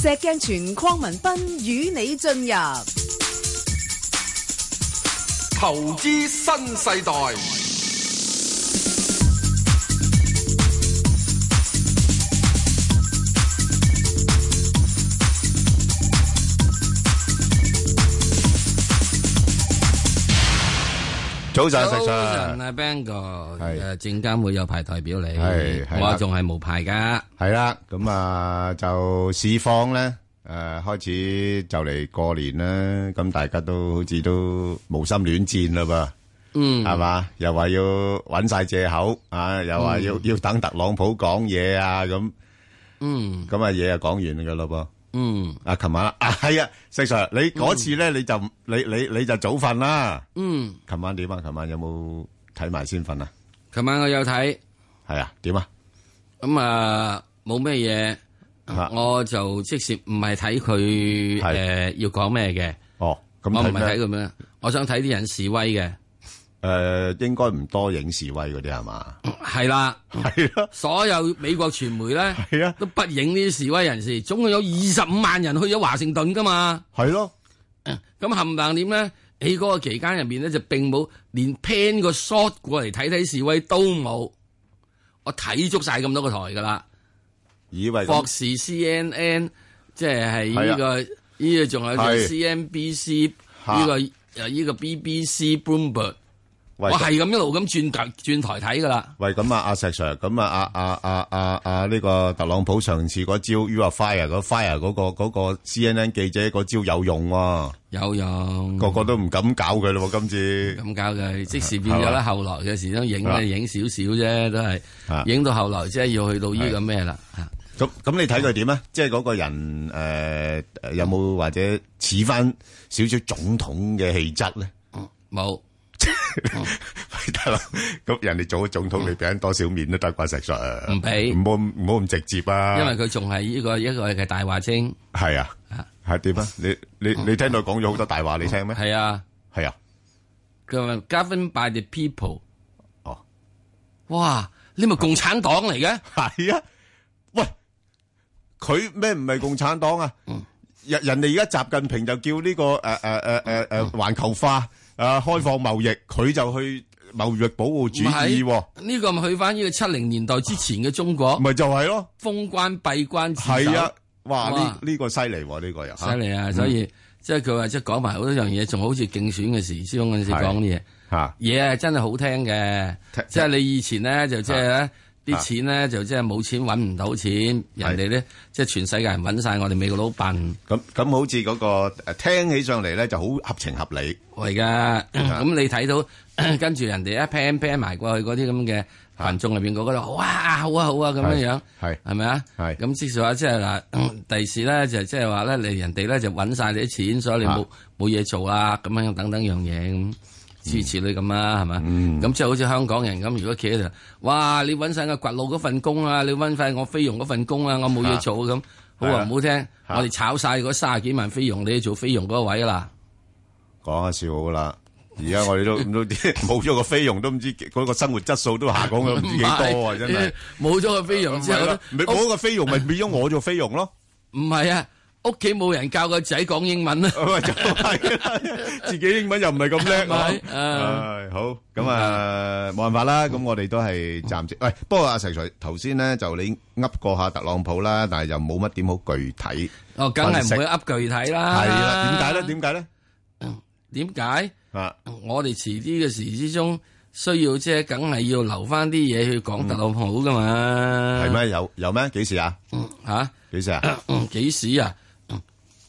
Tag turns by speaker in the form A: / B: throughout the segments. A: 石鏡泉鄺民彬與你進入
B: 投資新世代。
C: 早晨，石
D: 早
C: Sir
D: 晨。啊，Bang 哥，
C: 係
D: 誒證監會有派代表你
C: 係，係啦
D: 我仲係冇派噶。
C: 係啦，咁啊就市況咧，誒開始就嚟過年啦，咁大家都好似都無心戀戰啦噃，
D: 嗯，
C: 係嘛？又話要揾晒藉口啊，又話要要等特朗普講嘢啊，咁
D: 嗯
C: 咁啊嘢啊講完噶咯噃。
D: 嗯
C: 啊，琴晚啦啊，係啊，石 Sir，你嗰次咧你就你你你就早瞓啦。
D: 嗯，
C: 琴晚點啊？琴晚有冇睇埋先瞓啊？
D: 琴晚我有睇，
C: 係啊，點啊？
D: 咁啊冇咩
C: 啊
D: 嘢，我就即使唔係睇佢
C: 係
D: 誒要講咩嘅，
C: 哦，咁
D: 我
C: 睇
D: 唔係
C: 咩
D: 睇？佢咩，我想睇啲人示威嘅，
C: 诶、呃應应該唔多影示威嗰啲係嘛？
D: 係啦，
C: 係咯，
D: 所有美國傳媒咧
C: 係啊
D: 都不影呢啲示威人士，總共有二十五萬人去咗華盛頓噶嘛。
C: 係咯，
D: 咁冚唪唥點咧？喺嗰個期間入面咧，就並冇連 plan 個 shot 過嚟睇睇示威都冇。我睇足晒咁多個台噶啦，
C: 以為
D: 霍
C: 咁
D: 士 CNN，即係係
C: 係
D: 呢
C: 啊
D: 個呢個仲有個
C: 係
D: CNBC
C: 嚇
D: 呢個誒呢個 BBC Bloomberg，
C: 喂
D: 我係咁一路咁轉台轉台睇噶啦。
C: 喂咁啊，阿石 Sir，咁啊啊啊啊啊啊呢個特朗普上次嗰招 You are fire 啊嗰 fire 嗰、個嗰、個 CNN 記者嗰招有用喎、
D: 有用
C: 個個都唔敢搞佢咯喎，今次
D: 咁搞嘅，即時變咗
C: 係嘛
D: 啦。後來嘅時都影
C: 啊
D: 咧影少少啫，都係
C: 啊
D: 影到後來即係要去到呢個咩啦嚇
C: 咁咁你睇佢點啊？即係嗰個人诶、誒有冇或者似翻少少總統嘅氣質咧？
D: 冇。
C: 喂 大佬，咁人哋做咗總統，你俾人多少面都得啩？石 Sir
D: 唔俾
C: 唔好咁唔好咁直接啊！
D: 因為佢仲係呢個一個嘅大話精，
C: 系啊，系点啊？你你你听到講咗好多大話，你聽咩？
D: 係啊，
C: 係啊，
D: 佢話 govern by the people，
C: 哦，
D: 哇，你咪共產黨嚟嘅，
C: 係啊，喂，佢咩唔係共產黨啊？人人哋而家習近平就叫呢個诶诶诶诶诶环球化诶开放貿易，佢就去貿易保護主
D: 唔係
C: 義喎，
D: 呢個咪去翻呢個七零年代之前嘅中國，
C: 咪就係咯，
D: 封關閉關自守
C: 係啊，，哇呢
D: 哇
C: 呢个犀利喎，呢個又
D: 犀利啊！所
C: 嗯
D: 以即係佢話即係講埋好多樣嘢，仲好似競選嘅時之中嗰陣時
C: 係
D: 講啲嘢，
C: 吓
D: 嘢係真係好聽嘅
C: 聽，
D: 即係你以前咧就即係咧。
C: 啊
D: 啲錢咧就即係冇錢揾唔到錢，人哋咧即係全世界人揾晒我哋美國佬笨。
C: 咁咁好似嗰個诶听起上嚟咧就好合情合理，
D: 嚟噶，
C: 嗯
D: 咁你睇到 跟住人哋一 pan pan 埋過去嗰啲咁嘅群眾入邊嗰個度，哇好啊好啊咁樣樣，
C: 係係
D: 係咪啊？
C: 係
D: 咁即係話即係嗱， 第時咧就即係話咧，你人哋咧就揾晒你啲錢，所以你冇冇嘢做啊，咁樣等等樣嘢
C: 嗯
D: 咁。諸如此類咁啦，係嘛？咁即係好似香港人咁，如果企喺度，哇！你揾晒我掘路嗰份工啊，你揾晒我菲傭嗰份工啊，我冇嘢做咁，好
C: 係
D: 話
C: 啊
D: 唔好聽，我哋炒晒嗰三十幾萬菲傭，你去做菲傭嗰位啦。
C: 講下笑好啦。而家我 哋都都啲冇咗個菲佣，都唔知嗰個生活質素都下降 咗唔知幾多啊！真係。
D: 冇咗個菲傭之後咧，
C: 咪
D: 屋
C: 冇個菲佣咪變咗我做菲佣咯，
D: 唔係啊，屋企冇人教個仔講 英文啦。
C: 咪就係啦自己英文又唔係咁叻
D: 係
C: 嗬。唉好咁啊，冇辦法啦。咁我哋都係暫時。喂，不過阿石 Sir 頭先咧就你噏過下特朗普啦，但係又冇乜點好具體。
D: 哦，梗係唔會噏具體啦。
C: 係啦，點解咧？點解咧？
D: 點解？
C: 啊，
D: 我哋遲啲嘅時之中需要即係，梗係要留翻啲嘢去講特朗普噶嘛？
C: 係？咩？有有咩？幾時啊？
D: 嚇？
C: 幾時啊？
D: 幾時啊？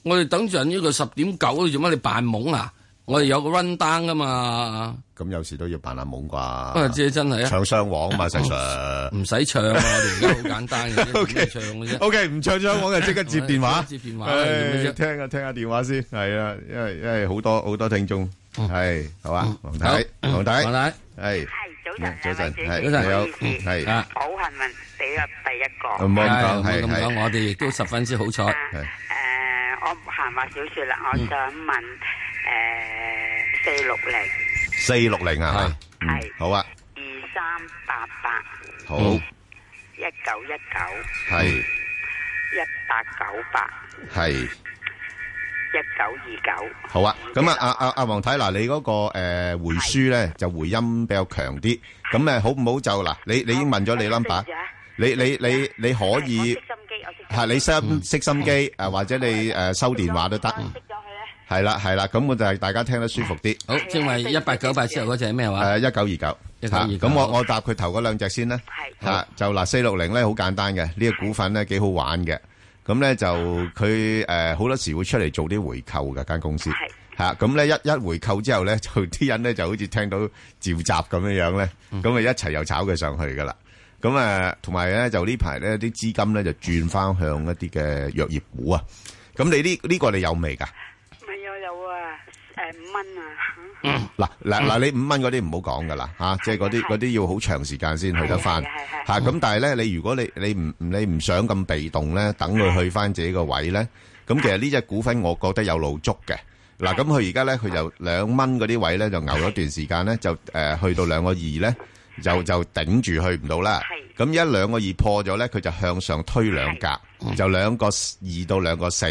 D: 我哋等陣呢個十點九，你做乜你扮懵啊？我哋有個 run down 噶嘛？
C: 咁有時都要扮下懵
D: 啊，
C: 啩，
D: 即係真係啊，
C: 唱雙簧嘛，石 Sir。
D: 唔使唱啊！我哋而家好簡單 嘅啫，唔
C: OK
D: 使唱嘅啫。
C: O K，唔唱咗，我就即刻接電話。
D: 接電話啦做咩
C: 誒
D: 啫
C: 聽下聽下電話先，係啊，因為因為好多好多聽眾，係好啊，黃
D: 好
C: 太，黃太，
D: 黃太
C: 係
E: 早晨，
C: 早晨，係
D: 早晨
C: 你好，
D: 啊
C: 係，
E: 好幸運死咗第一個。
C: 唔好咁
D: 係
C: 講，
D: 唔好
C: 係
D: 咁講，
C: 係
D: 我哋亦都十分之好彩。
C: 係
E: 誒、
F: à,
E: 我唔閒話少説啦，我想問誒四六零
C: 四六零啊，係嘛
E: 係
C: 嗯好啊，
E: 二三八八
C: 好
D: 嗯
E: 一九一九
C: 係
E: 一八九八
C: 係
E: 一九二九。
C: 好啊，咁啊，阿阿阿黃太嗱，你嗰個誒回書咧就回音比較強啲，咁誒好唔好就嗱，你你已經問咗你 number，你
F: Dạ,
C: 你你你可以
E: 我熄心機，我熄
C: 係你心熄心機誒，或者你誒收電話都得，
E: 熄咗佢咧。
C: 係啦係啦，咁我就係大家聽得舒服啲。
D: 好，正話一八九八之後嗰只係咩話？
C: 誒一九二九，
D: 1929
C: 嚇咁我我答佢頭嗰兩隻先啦。
E: 係
C: 嚇就嗱四六零咧好簡單嘅，呢個股份咧幾好玩嘅。咁咧就佢誒好多時會出嚟做啲回購嘅間公司
E: 係
C: 嚇。咁咧一一回購之後咧，就啲人咧就好似聽到召集咁樣樣咧，
E: 嗯
C: 咁啊一齊又炒佢上去噶啦。咁啊，同埋咧就呢排咧啲資金咧就轉翻向一啲嘅藥業股啊。咁你呢呢個你有未㗎？
E: 唔係又有
F: à,
E: 啊，誒五蚊啊，
C: 嗱
E: 嗯
C: 嗱嗱，你五蚊嗰啲唔好講噶啦嚇，即係嗰啲嗰啲要好長時間先去得翻
E: 係啊係係
C: 嚇。咁但係咧，你如果你你唔你唔想咁被動咧，等佢去翻自己個位咧，咁其實呢只股份我覺得有路捉嘅。嗱，咁佢而家咧佢就兩蚊嗰啲位咧就牛咗段時間咧，就誒去到兩個二咧就就頂住去唔到啦。
E: 係
C: 咁一兩個二破咗咧，佢就向上推兩格，就兩個二到兩個四。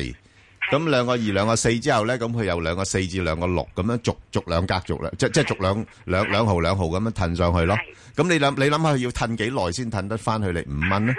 C: 咁兩個二兩個四之後咧，咁佢由兩個四至兩個六咁樣逐逐兩格逐兩，即即逐兩兩兩毫兩毫咁樣褪上去咯。咁你諗你諗下要褪幾耐先褪得翻去你五蚊咧？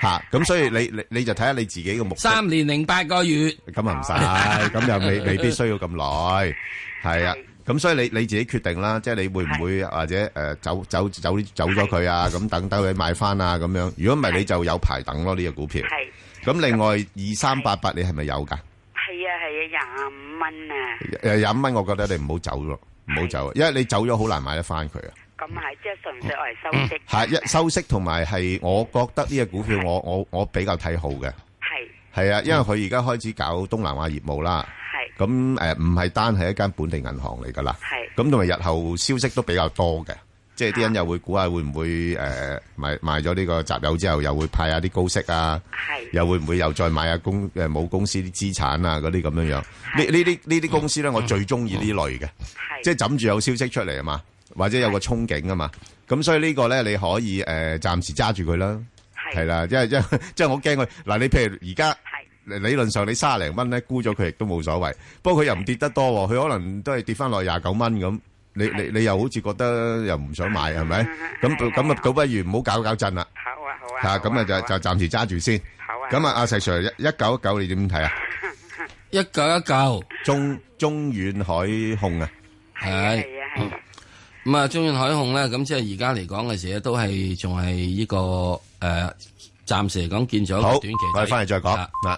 C: 嚇！咁所以你你你就睇下你自己嘅目標。
D: 三年零八個月，
C: 咁啊唔使，咁又未未必需要咁耐，係啊
E: 係。
C: 咁所以你你自己決定啦，即係你會唔會或者誒、呃走走走走咗佢啊？咁等等佢買翻啊咁樣。如果唔係，你就有排等咯呢、個股票。
E: 係
C: 咁另外二三八八你係咪有㗎？
E: 係啊係
F: à,
E: 啊，廿五蚊啊，
C: 誒廿五蚊，我覺得你唔好走咯，唔好走，因為你走咗好難買得翻佢啊。
E: 咁係即係純粹我嚟收息。
C: 係一收息同埋係，我覺得呢個股票我我我比較睇好嘅，
E: 係
C: 係啊，因為佢而家開始搞東南亞業務啦。
E: 係
C: 咁誒唔係單係一間本地銀行嚟㗎啦。
E: 係
C: 咁同埋日後消息都比較多嘅，即係啲人又會估下會唔會誒賣賣咗呢個集友之後，又會派下啲高息啊，
E: 係
C: 又會唔會又再買下公誒母公司啲資產啊嗰啲咁樣樣？呢呢啲呢啲公司咧，我最中意呢類嘅，
E: 係，
C: 即係枕住有消息出嚟啊嘛，或者有個憧憬啊嘛。咁所以呢個咧，你可以誒、呃、暫時揸住佢啦，係 啦，因為因為即係我驚佢嗱，你譬如而家。
E: 係
C: 理論上你卅零蚊咧沽咗佢亦都冇所謂，不過佢又唔跌得多喎，佢可能都係跌翻落廿九蚊咁。你你你又好似覺得又唔想買係咪？咁咁啊，倒不如唔好搞搞震啦
E: 好啊好啊。
C: 嚇，咁啊就就暫時揸住先。
E: 好啊。
C: 咁啊，阿石 Sir 一九一九你點睇啊？
D: 一嚿一嚿。
C: 中中遠海控啊，
E: 係啊係啊
C: 嗯
E: 係啊
D: 咁啊，中遠海控咧，咁即係而家嚟講嘅時咧，都係仲係呢個誒，呃暫時嚟講見咗一個
C: 好，
D: 短期底。
C: 我哋翻嚟再講
D: 啊
C: 嗱。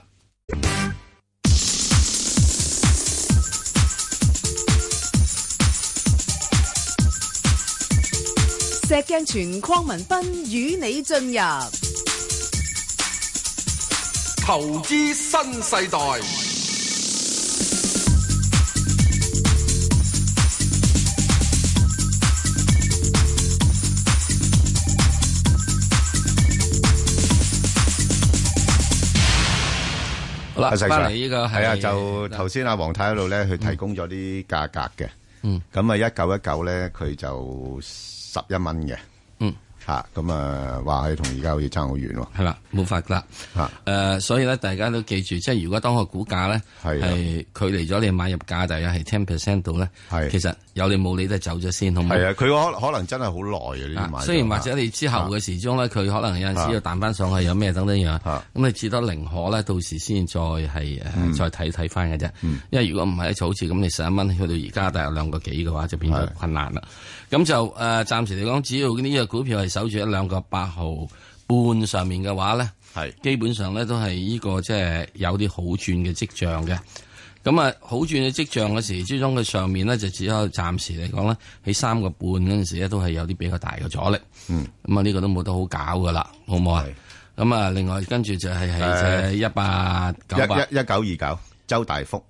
A: 石鏡泉邝文斌與你進入
B: 投資新世代，
D: 好啦，
C: 阿石
D: 翻
C: Sir，
D: 嚟呢個係
C: 係啊，就頭先阿黃太喺度咧，佢提供咗啲價格嘅。
D: 嗯，
C: 咁啊一九一九咧，佢就十一蚊嘅。
D: 嗯，
C: 吓咁啊，話佢同而家好似爭好遠喎。
D: 係啦，冇法㗎啦。
C: 吓
D: 誒，所以咧，大家都記住，即係如果當個股價咧
C: 係啊
D: 係距離咗你買入價大約係 ten percent 度咧
C: 係，
D: 其實有你冇你都係走咗先，好唔好？
C: 係啊，佢可可能真係好耐啊呢啲買
D: 嗯啊
C: 咗。
D: 雖然或者你之後嘅時鐘咧，佢可能有陣時要彈翻上去，有咩等等樣，咁
C: 啊嗯
D: 你至多寧可咧，到時先再係誒再睇睇翻嘅啫。因為如果唔係就好似咁，你十一蚊去到而家大約兩個幾嘅話，就變咗
C: 係
D: 困難啦。咁就誒暫時嚟講，只要呢只股票係守住一兩個八毫半上面嘅話咧，
C: 係
D: 基本上咧都係呢個即係有啲好轉嘅跡象嘅。咁啊，好轉嘅跡象嘅時之中，佢上面咧就只有暫時嚟講咧，喺三個半嗰陣時咧，都係有啲比較大嘅阻力。嗯，咁啊，呢個都冇得好搞噶啦，好唔好啊？咁啊，另外跟住就係係一八九八
C: 一一一九二九，周大福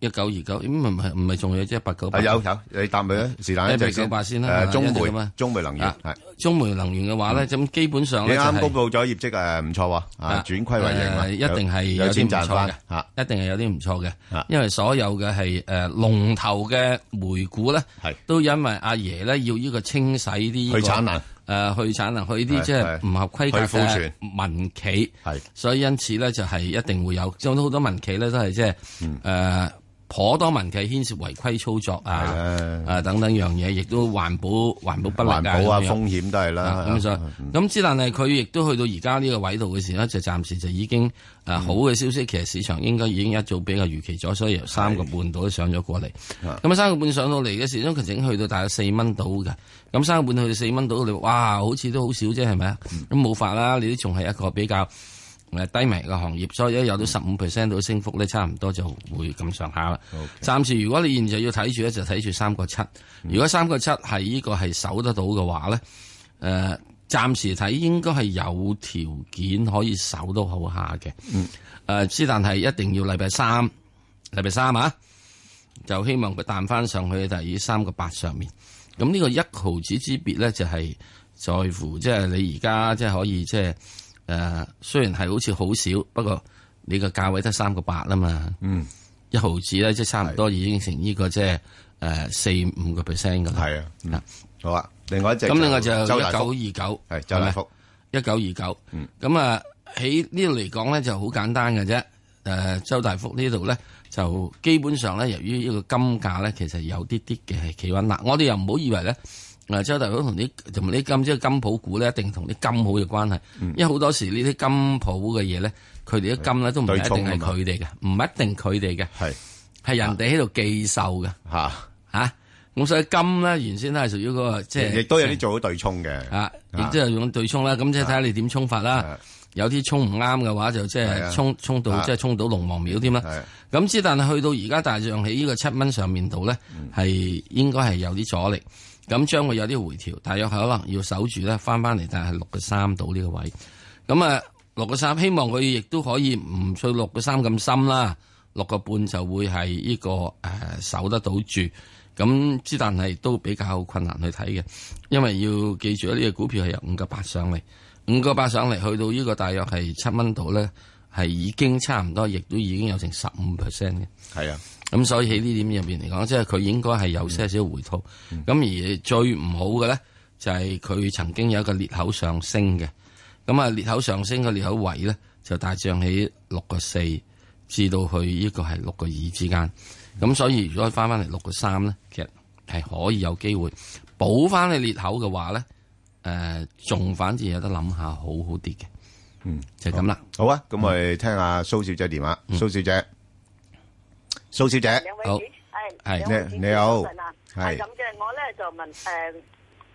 D: 一九二九，咁唔係唔係仲有一八九八？
C: 係啊有有，你答佢啦，是但一隻
D: 1998先啦係
C: 誒，
D: 嘛
C: 中
D: 一隻咁
C: 煤
D: 啊
C: 中煤能源
D: 啊
C: 係。
D: 中煤能源嘅話咧，咁基本上
C: 嗯你
D: 咧就
C: 啱公
D: 係
C: 布咗業績誒唔錯喎，啊
D: 啊
C: 轉虧為盈啦，
D: 誒一定係
C: 有
D: 有啲
C: 錢
D: 唔
C: 賺
D: 錯
C: 翻
D: 嘅
C: 嚇，
D: 一定係有啲唔錯嘅
C: 啊，
D: 因為所有嘅係誒龍頭嘅煤股咧，
C: 係
D: 都因為阿爺咧要呢個清洗啲呢個
C: 去產能
D: 誒去產能，去啲即係
C: 係
D: 唔合規格
C: 去庫存
D: 嘅民企，
C: 係
D: 所以因此咧就係一定會有，有好多民企咧都係即係
C: 嗯
D: 誒頗多民企牽涉違規操作啊
C: 係，
D: 啊等等樣嘢，亦都環保環保不力啊，
C: 環保啊
D: 咁樣
C: 風險都係啦。啊
D: 咁所以咁之，但係佢亦都去到而家呢個位度嘅時咧，就暫時就已經誒好嘅消息，其實市場應該已經一早比較預期咗，所以由三個半度都上咗過嚟。咁啊，三個半上到嚟嘅時鐘，佢整去到大約四蚊到嘅。咁三個半去到四蚊到，你話哇，好似都好少啫，係咪啊？咁冇法啦，你都仲係一個比較。誒低迷嘅行業，所以一有到十五 percent 到升幅咧，差唔多就會咁上下啦。暫時如果你現在要睇住咧，就睇住三個七。如果三個七係呢個係守得到嘅話咧，誒、暫時呃睇應該係有條件可以守到好下嘅。嗯。之但係一定要禮拜三，禮拜三啊，就希望佢彈翻上去第三個八上面。咁呢個一毫子之別咧，就係、在乎即係你而家即係可以即係。誒、雖然係好似好少，不過你個價位得三個八啊嘛，
C: 嗯，
D: 一毫子咧，即係差唔多已經成呢、個即係誒四五個 percent 噶啦。
C: 係啊，嗯好啊。另外一隻
D: 咁另外就
C: 周大福，
D: 一九二
C: 係
D: 九，
C: 周大福，
D: 一九二九。
C: 嗯
D: 咁啊喺呢度嚟講咧就好簡單嘅啫。誒、周大福呢度咧就基本上咧，由於呢個金價咧其實有啲啲嘅係企穩啦。我哋又唔好以為咧。誒周大福同啲同啲金即係金鋪股咧，一定同啲金好有關係，
C: 嗯
D: 因為好多時呢啲金鋪嘅嘢咧，佢哋啲金咧都唔係
C: 對
D: 一
C: 沖啊
D: 定
C: 㗎
D: 係
C: 嘛
D: 佢哋嘅，唔一定佢哋嘅，
C: 係
D: 係人哋喺度寄售嘅
C: 嚇，
D: 嚇。咁所以金咧原先都係屬於嗰個即係
C: 啊亦都有啲做好對沖嘅。
D: 啊，亦都係用對沖啦。咁即係睇下你點沖法啦
C: 啊。
D: 有啲沖唔啱嘅話，就即
C: 係啊
D: 係沖沖到
C: 啊
D: 即係沖到龍王廟添啦
C: 係。
D: 咁之但係去到而家大象喺呢個七蚊上面度咧，係應該係有啲阻力。咁將會有啲回調，大約可能要守住咧，翻翻嚟但係六個三到呢個位。咁啊，六個三希望佢亦都可以唔去六個三咁深啦，六個半就會係呢、個誒、呃守得到住。咁之但係都比較困難去睇嘅，因為要記住呢、個股票係由五個八上嚟，五個八上嚟去到呢個大約係七蚊度咧，係已經差唔多，亦都已經有成十五 percent 嘅。
C: 係啊，
D: 咁所以喺呢點入邊嚟講，即係佢應該係有些少回吐。咁、而最唔好嘅咧，就係、佢曾經有一個裂口上升嘅。咁啊，裂口上升嘅裂口位咧，就大漲起六個四至到去呢個係六個二之間。咁所以如果翻翻嚟六個三咧，其實係可以有機會補翻你裂口嘅話咧，誒、仲反而有得諗下好好啲嘅。
C: 嗯，
D: 就係咁啦。
C: 好啊。咁我哋聽下蘇小姐電話。蘇小姐，蘇小姐，
G: 兩位
D: 好
G: 主
D: 係
G: 係兩位主持
C: 你你好
G: 早晨啊
C: 係
G: 係咁嘅，我咧就問誒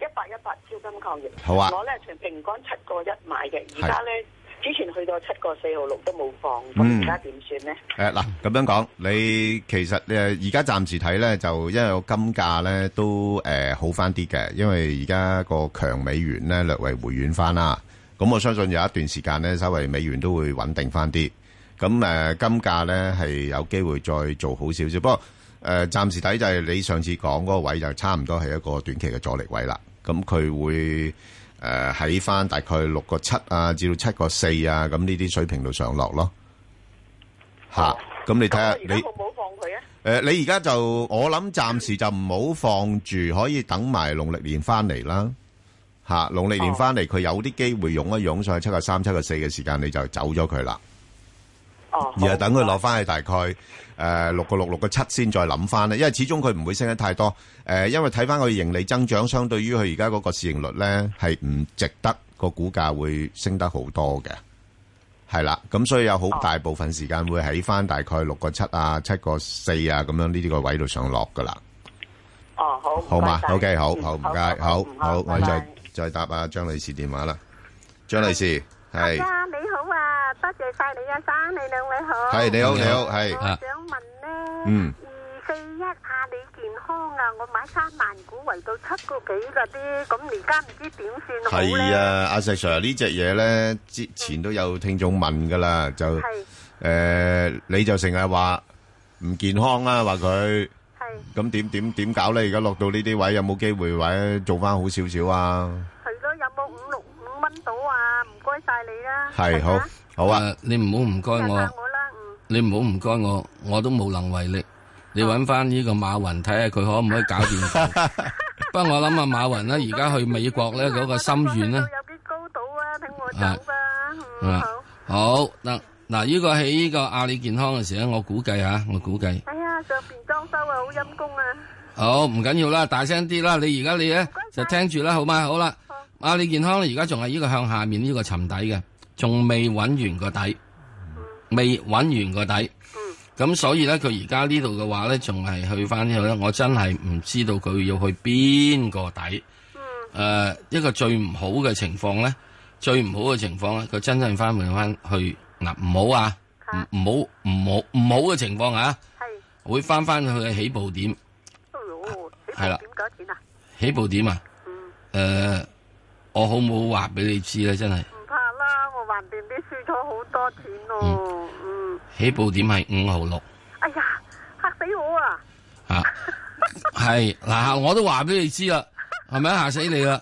G: 一八一八超金礦業，
C: 好啊
G: 我咧全平均七個一買嘅，
C: 係
G: 而家咧之前去到七個四號六都冇放，
C: 嗯
G: 咁而家點算咧？
C: 誒嗱，咁樣講，你其實誒而家暫時睇咧，就因為個金價咧都誒好翻啲嘅，因為而家個強美元咧略為回軟翻啦。咁我相信有一段時間咧，稍微美元都會穩定翻啲。咁誒金價咧係有機會再做好少少，不過誒暫時睇就係你上次講嗰個位就差唔多係一個短期嘅阻力位啦。咁佢會誒喺翻大概六個七啊，至到七個四啊，咁呢啲水平度上落咯。吓，咁你睇
G: 哦咁我啊而家
C: 下啊你
G: 好冇放佢啊？
C: 诶，呃你而家就我諗暫時就唔好放住，可以等埋農曆年翻嚟啦。吓，農曆年翻嚟，佢有啲機會湧一湧上去七個三、七個四嘅時間，你就走咗佢啦。
G: 哦，
C: 而係等佢落
G: 落。
C: 翻去大概誒六個六六個七先再諗翻咧，因為始終佢唔會升得太多。誒、因為睇翻佢盈利增長，相對於佢而家嗰個市盈率咧，係唔值得個股價會升得好多嘅。係啦，咁所以有好大部分時間會喺翻大概六個七啊、七個四啊咁樣呢啲個位度上落噶啦。
G: 哦，好，
C: 好嘛
G: 唔該晒
C: ？OK，好
G: 嗯
C: 好唔該，好
G: 唔該
C: 好，我
G: 拜
C: 再
G: 拜
C: 再答啊張女士電話啦。張女士
H: 阿
C: 係
H: 生你好啊，多謝晒你啊，生你兩位好。
C: 係你好你
D: 你
C: 好
D: 好
C: 係
H: 我想問咧，
C: 嗯
H: 二四一阿里健康啊，我買三萬股圍到七個幾嗰啲，咁而家唔知點算好
C: 係
H: 咧？
C: 啊，阿石 Sir 呢只嘢咧，之前都有聽眾問噶啦，就誒、
H: 係
C: 你就成日話唔健康啦、話佢
H: 係
C: 咁點點點搞咧？而家落到呢啲位有冇機會或者做翻好少少啊？
H: 係咯，有冇五六五蚊到啊？唔該晒你啦。
C: 係好
H: 啊，
C: 好啊，
D: 誒呃你唔好唔該
H: 謝
D: 我
H: 晒。我啦，嗯，
D: 你唔好唔該我，我都無能為力。你揾翻呢個馬雲睇下佢可唔可以搞掂佢？不過我諗啊，馬雲咧而家去美國 咧嗰個心願咧，
H: 有啲高度啊，等我走啦，嗯
D: 啊
H: 好。
D: 好嗱嗱，呢個喺呢個阿里健康嘅時咧，我估計吓，我估計
H: 哎呀，上邊裝修啊，好陰公啊！
D: 好唔緊要啦，大聲啲啦，你而家你咧就聽住啦，好嘛？好啦，阿里健康咧而家仲係呢個向下面呢個沉底嘅，仲未揾完個底，未揾完個底。咁所以咧，佢而家呢度嘅話咧，仲係去翻呢度咧，我真係唔知道佢要去邊個底。誒、一個最唔好嘅情況咧，最唔好嘅情況咧，佢真正翻回翻去嗱，唔好啊，唔唔好唔好唔好嘅情況下，
H: 係，
D: 會翻翻去嘅起步點，
H: 哎呦，起
D: 係啦
H: 步點幾多錢啊？
D: 起步點啊！
H: 嗯，
D: 誒、呃我好唔好話俾你知咧？真係
H: 唔怕啦，我橫掂啲輸咗好多錢咯。嗯，
D: 起步點係五毫六
H: 哎呀，嚇死我啊！
D: 啊，係嗱，我都話俾你知啦，係咪嚇死你啦？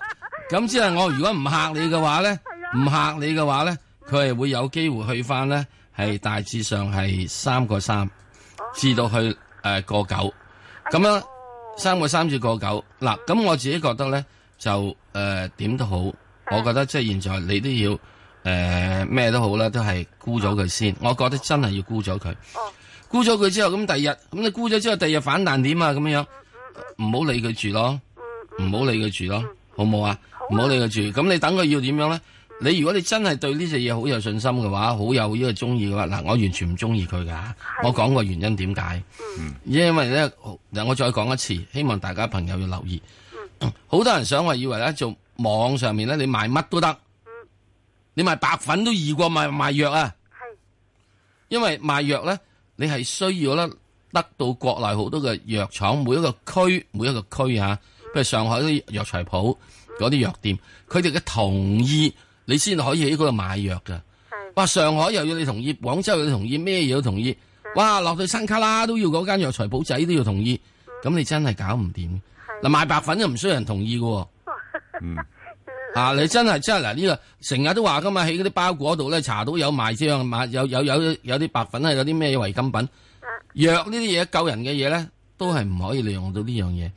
D: 咁之後我如果唔嚇你嘅話咧，唔嚇你嘅話咧，佢係會有機會去翻咧，係大致上係三個三至到去誒個九，咁樣三個三至個九嗱。咁我自己覺得咧就誒點都好，我覺得即係現在你都要誒咩、都好啦，都係沽咗佢先。我覺得真係要沽咗佢。沽咗佢之後，咁第二日，咁你沽咗之後，第二日反彈點啊？咁樣
H: Ừ,
D: 唔好理佢住咯，唔好理佢住咯，好唔好啊？唔好理佢住。咁你等佢要點樣咧？你如果你真係對呢只嘢好有信心嘅話，好有呢個中意嘅話，嗱，我完全唔中意佢噶。我講個原因點解？因為咧，好嗱，我再講一次，希望大家朋友要留意。 好多人想話以為咧，做網上面咧，你賣乜都得，你賣白粉都易過賣賣藥啊。因為賣藥咧，你係需要咧得到國內好多嘅藥廠，每一個區每一個區嚇，譬如上海啲藥材鋪嗰啲藥店，佢哋嘅同意你先可以喺嗰度買藥㗎。哇！上海又要你同意，廣州又要你同意，咩嘢都同意。哇！落到山卡拉都要嗰間藥材鋪仔都要同意，咁你真係搞唔掂。嗱，賣白粉就唔需要人同意嘅喎。 啊！你真係真係嗱，呢、個成日都話噶嘛，喺嗰啲包裹度咧查到有賣張買有有有有啲白粉啊，有啲咩違禁品，藥呢啲嘢救人嘅嘢咧，都係唔可以利用到呢樣嘢。
H: 啊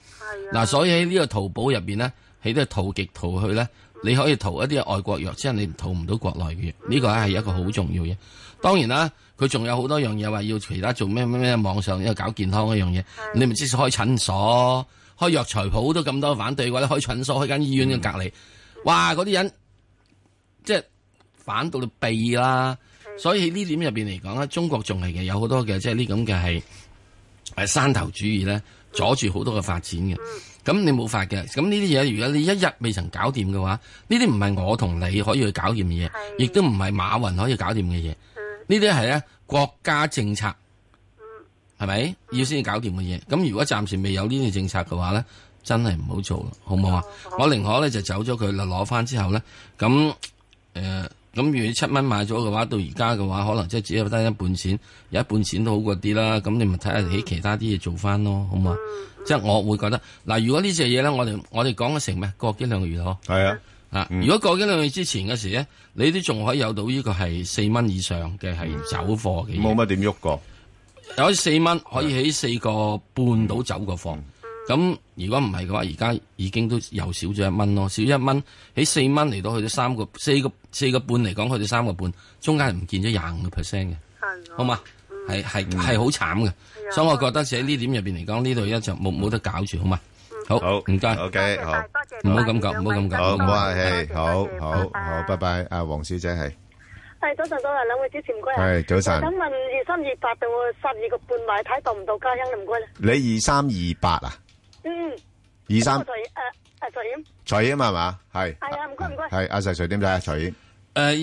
D: 嗱、所以喺呢個淘寶入邊咧，喺度淘極淘去咧，你可以淘一啲外國藥，即係你淘唔到國內嘅藥，呢、個係一個好重要嘅嘢。當然啦，佢仲有好多樣嘢話要其他做咩咩咩網上又搞健康嗰樣嘢，你咪即使開診所、開藥材鋪都咁多反對嘅話，你開診所、開間醫院嘅隔離。哇！嗰啲人即係反到你避啦，所以喺呢點入邊嚟講咧，中國仲係嘅有好多嘅即係呢咁嘅係誒山頭主義咧，阻住好多嘅發展嘅。咁你冇法嘅，咁呢啲嘢如果你一日未曾搞掂嘅話，呢啲唔係我同你可以去搞掂嘅嘢，亦都唔係馬雲可以搞掂嘅嘢。呢啲係咧國家政策，係咪要先至搞掂嘅嘢？咁如果暫時未有呢啲政策嘅話咧，真係唔好做啦，好唔好啊？我寧可咧就走咗佢啦，攞翻之後咧，咁誒，呃咁、如果七蚊買咗嘅話，到而家嘅話，可能即係只有得一半錢，有一半錢都好過啲啦。咁你咪睇下喺其他啲嘢做翻咯，好唔好啊？即係我會覺得嗱，如果呢只嘢咧，我哋我哋講咗成咩？過幾兩個月咯。
C: 係啊，
D: 啊！如果過幾兩個月之前嘅時咧，你都仲可以有到呢個係四蚊以上嘅
G: 嗯
D: 係走貨嘅嘢，
C: 冇乜嗯點喐過。
D: 有四蚊可以喺四個半到走個
C: 嗯
D: 貨。咁如果唔係嘅話，而家已經都又少咗一蚊咯，少一蚊喺四蚊嚟到去到三個四個四個半嚟講，去到三個半，中間係唔見咗廿五個 percent 嘅，
H: 係
D: 好嘛？係係
C: 嗯
D: 係好
G: 嗯
D: 慘嘅，所以我覺得喺呢點入邊嚟講，呢度一就冇冇得搞住，好嘛？好，
C: 嗯好，
D: 唔該。
C: OK，好，
D: 唔好咁講唔好咁講
C: 好，唔好客氣，
H: 氣，
C: 好好好，拜
H: 拜。
C: 拜。阿黃小姐係，
G: 係早晨，早晨，兩位主持唔該啊。
C: 係早晨
G: 我想問二三二八到十二個半買睇到唔到家欣唔該啦。
C: 你二三二八啊，
G: 嗯，
C: 二
G: 咁
C: 三
G: 我財誒誒財險
C: 徐英係嘛？係，
G: 係啊唔該唔該
C: 係阿石 Sir 點睇啊？徐英
D: 誒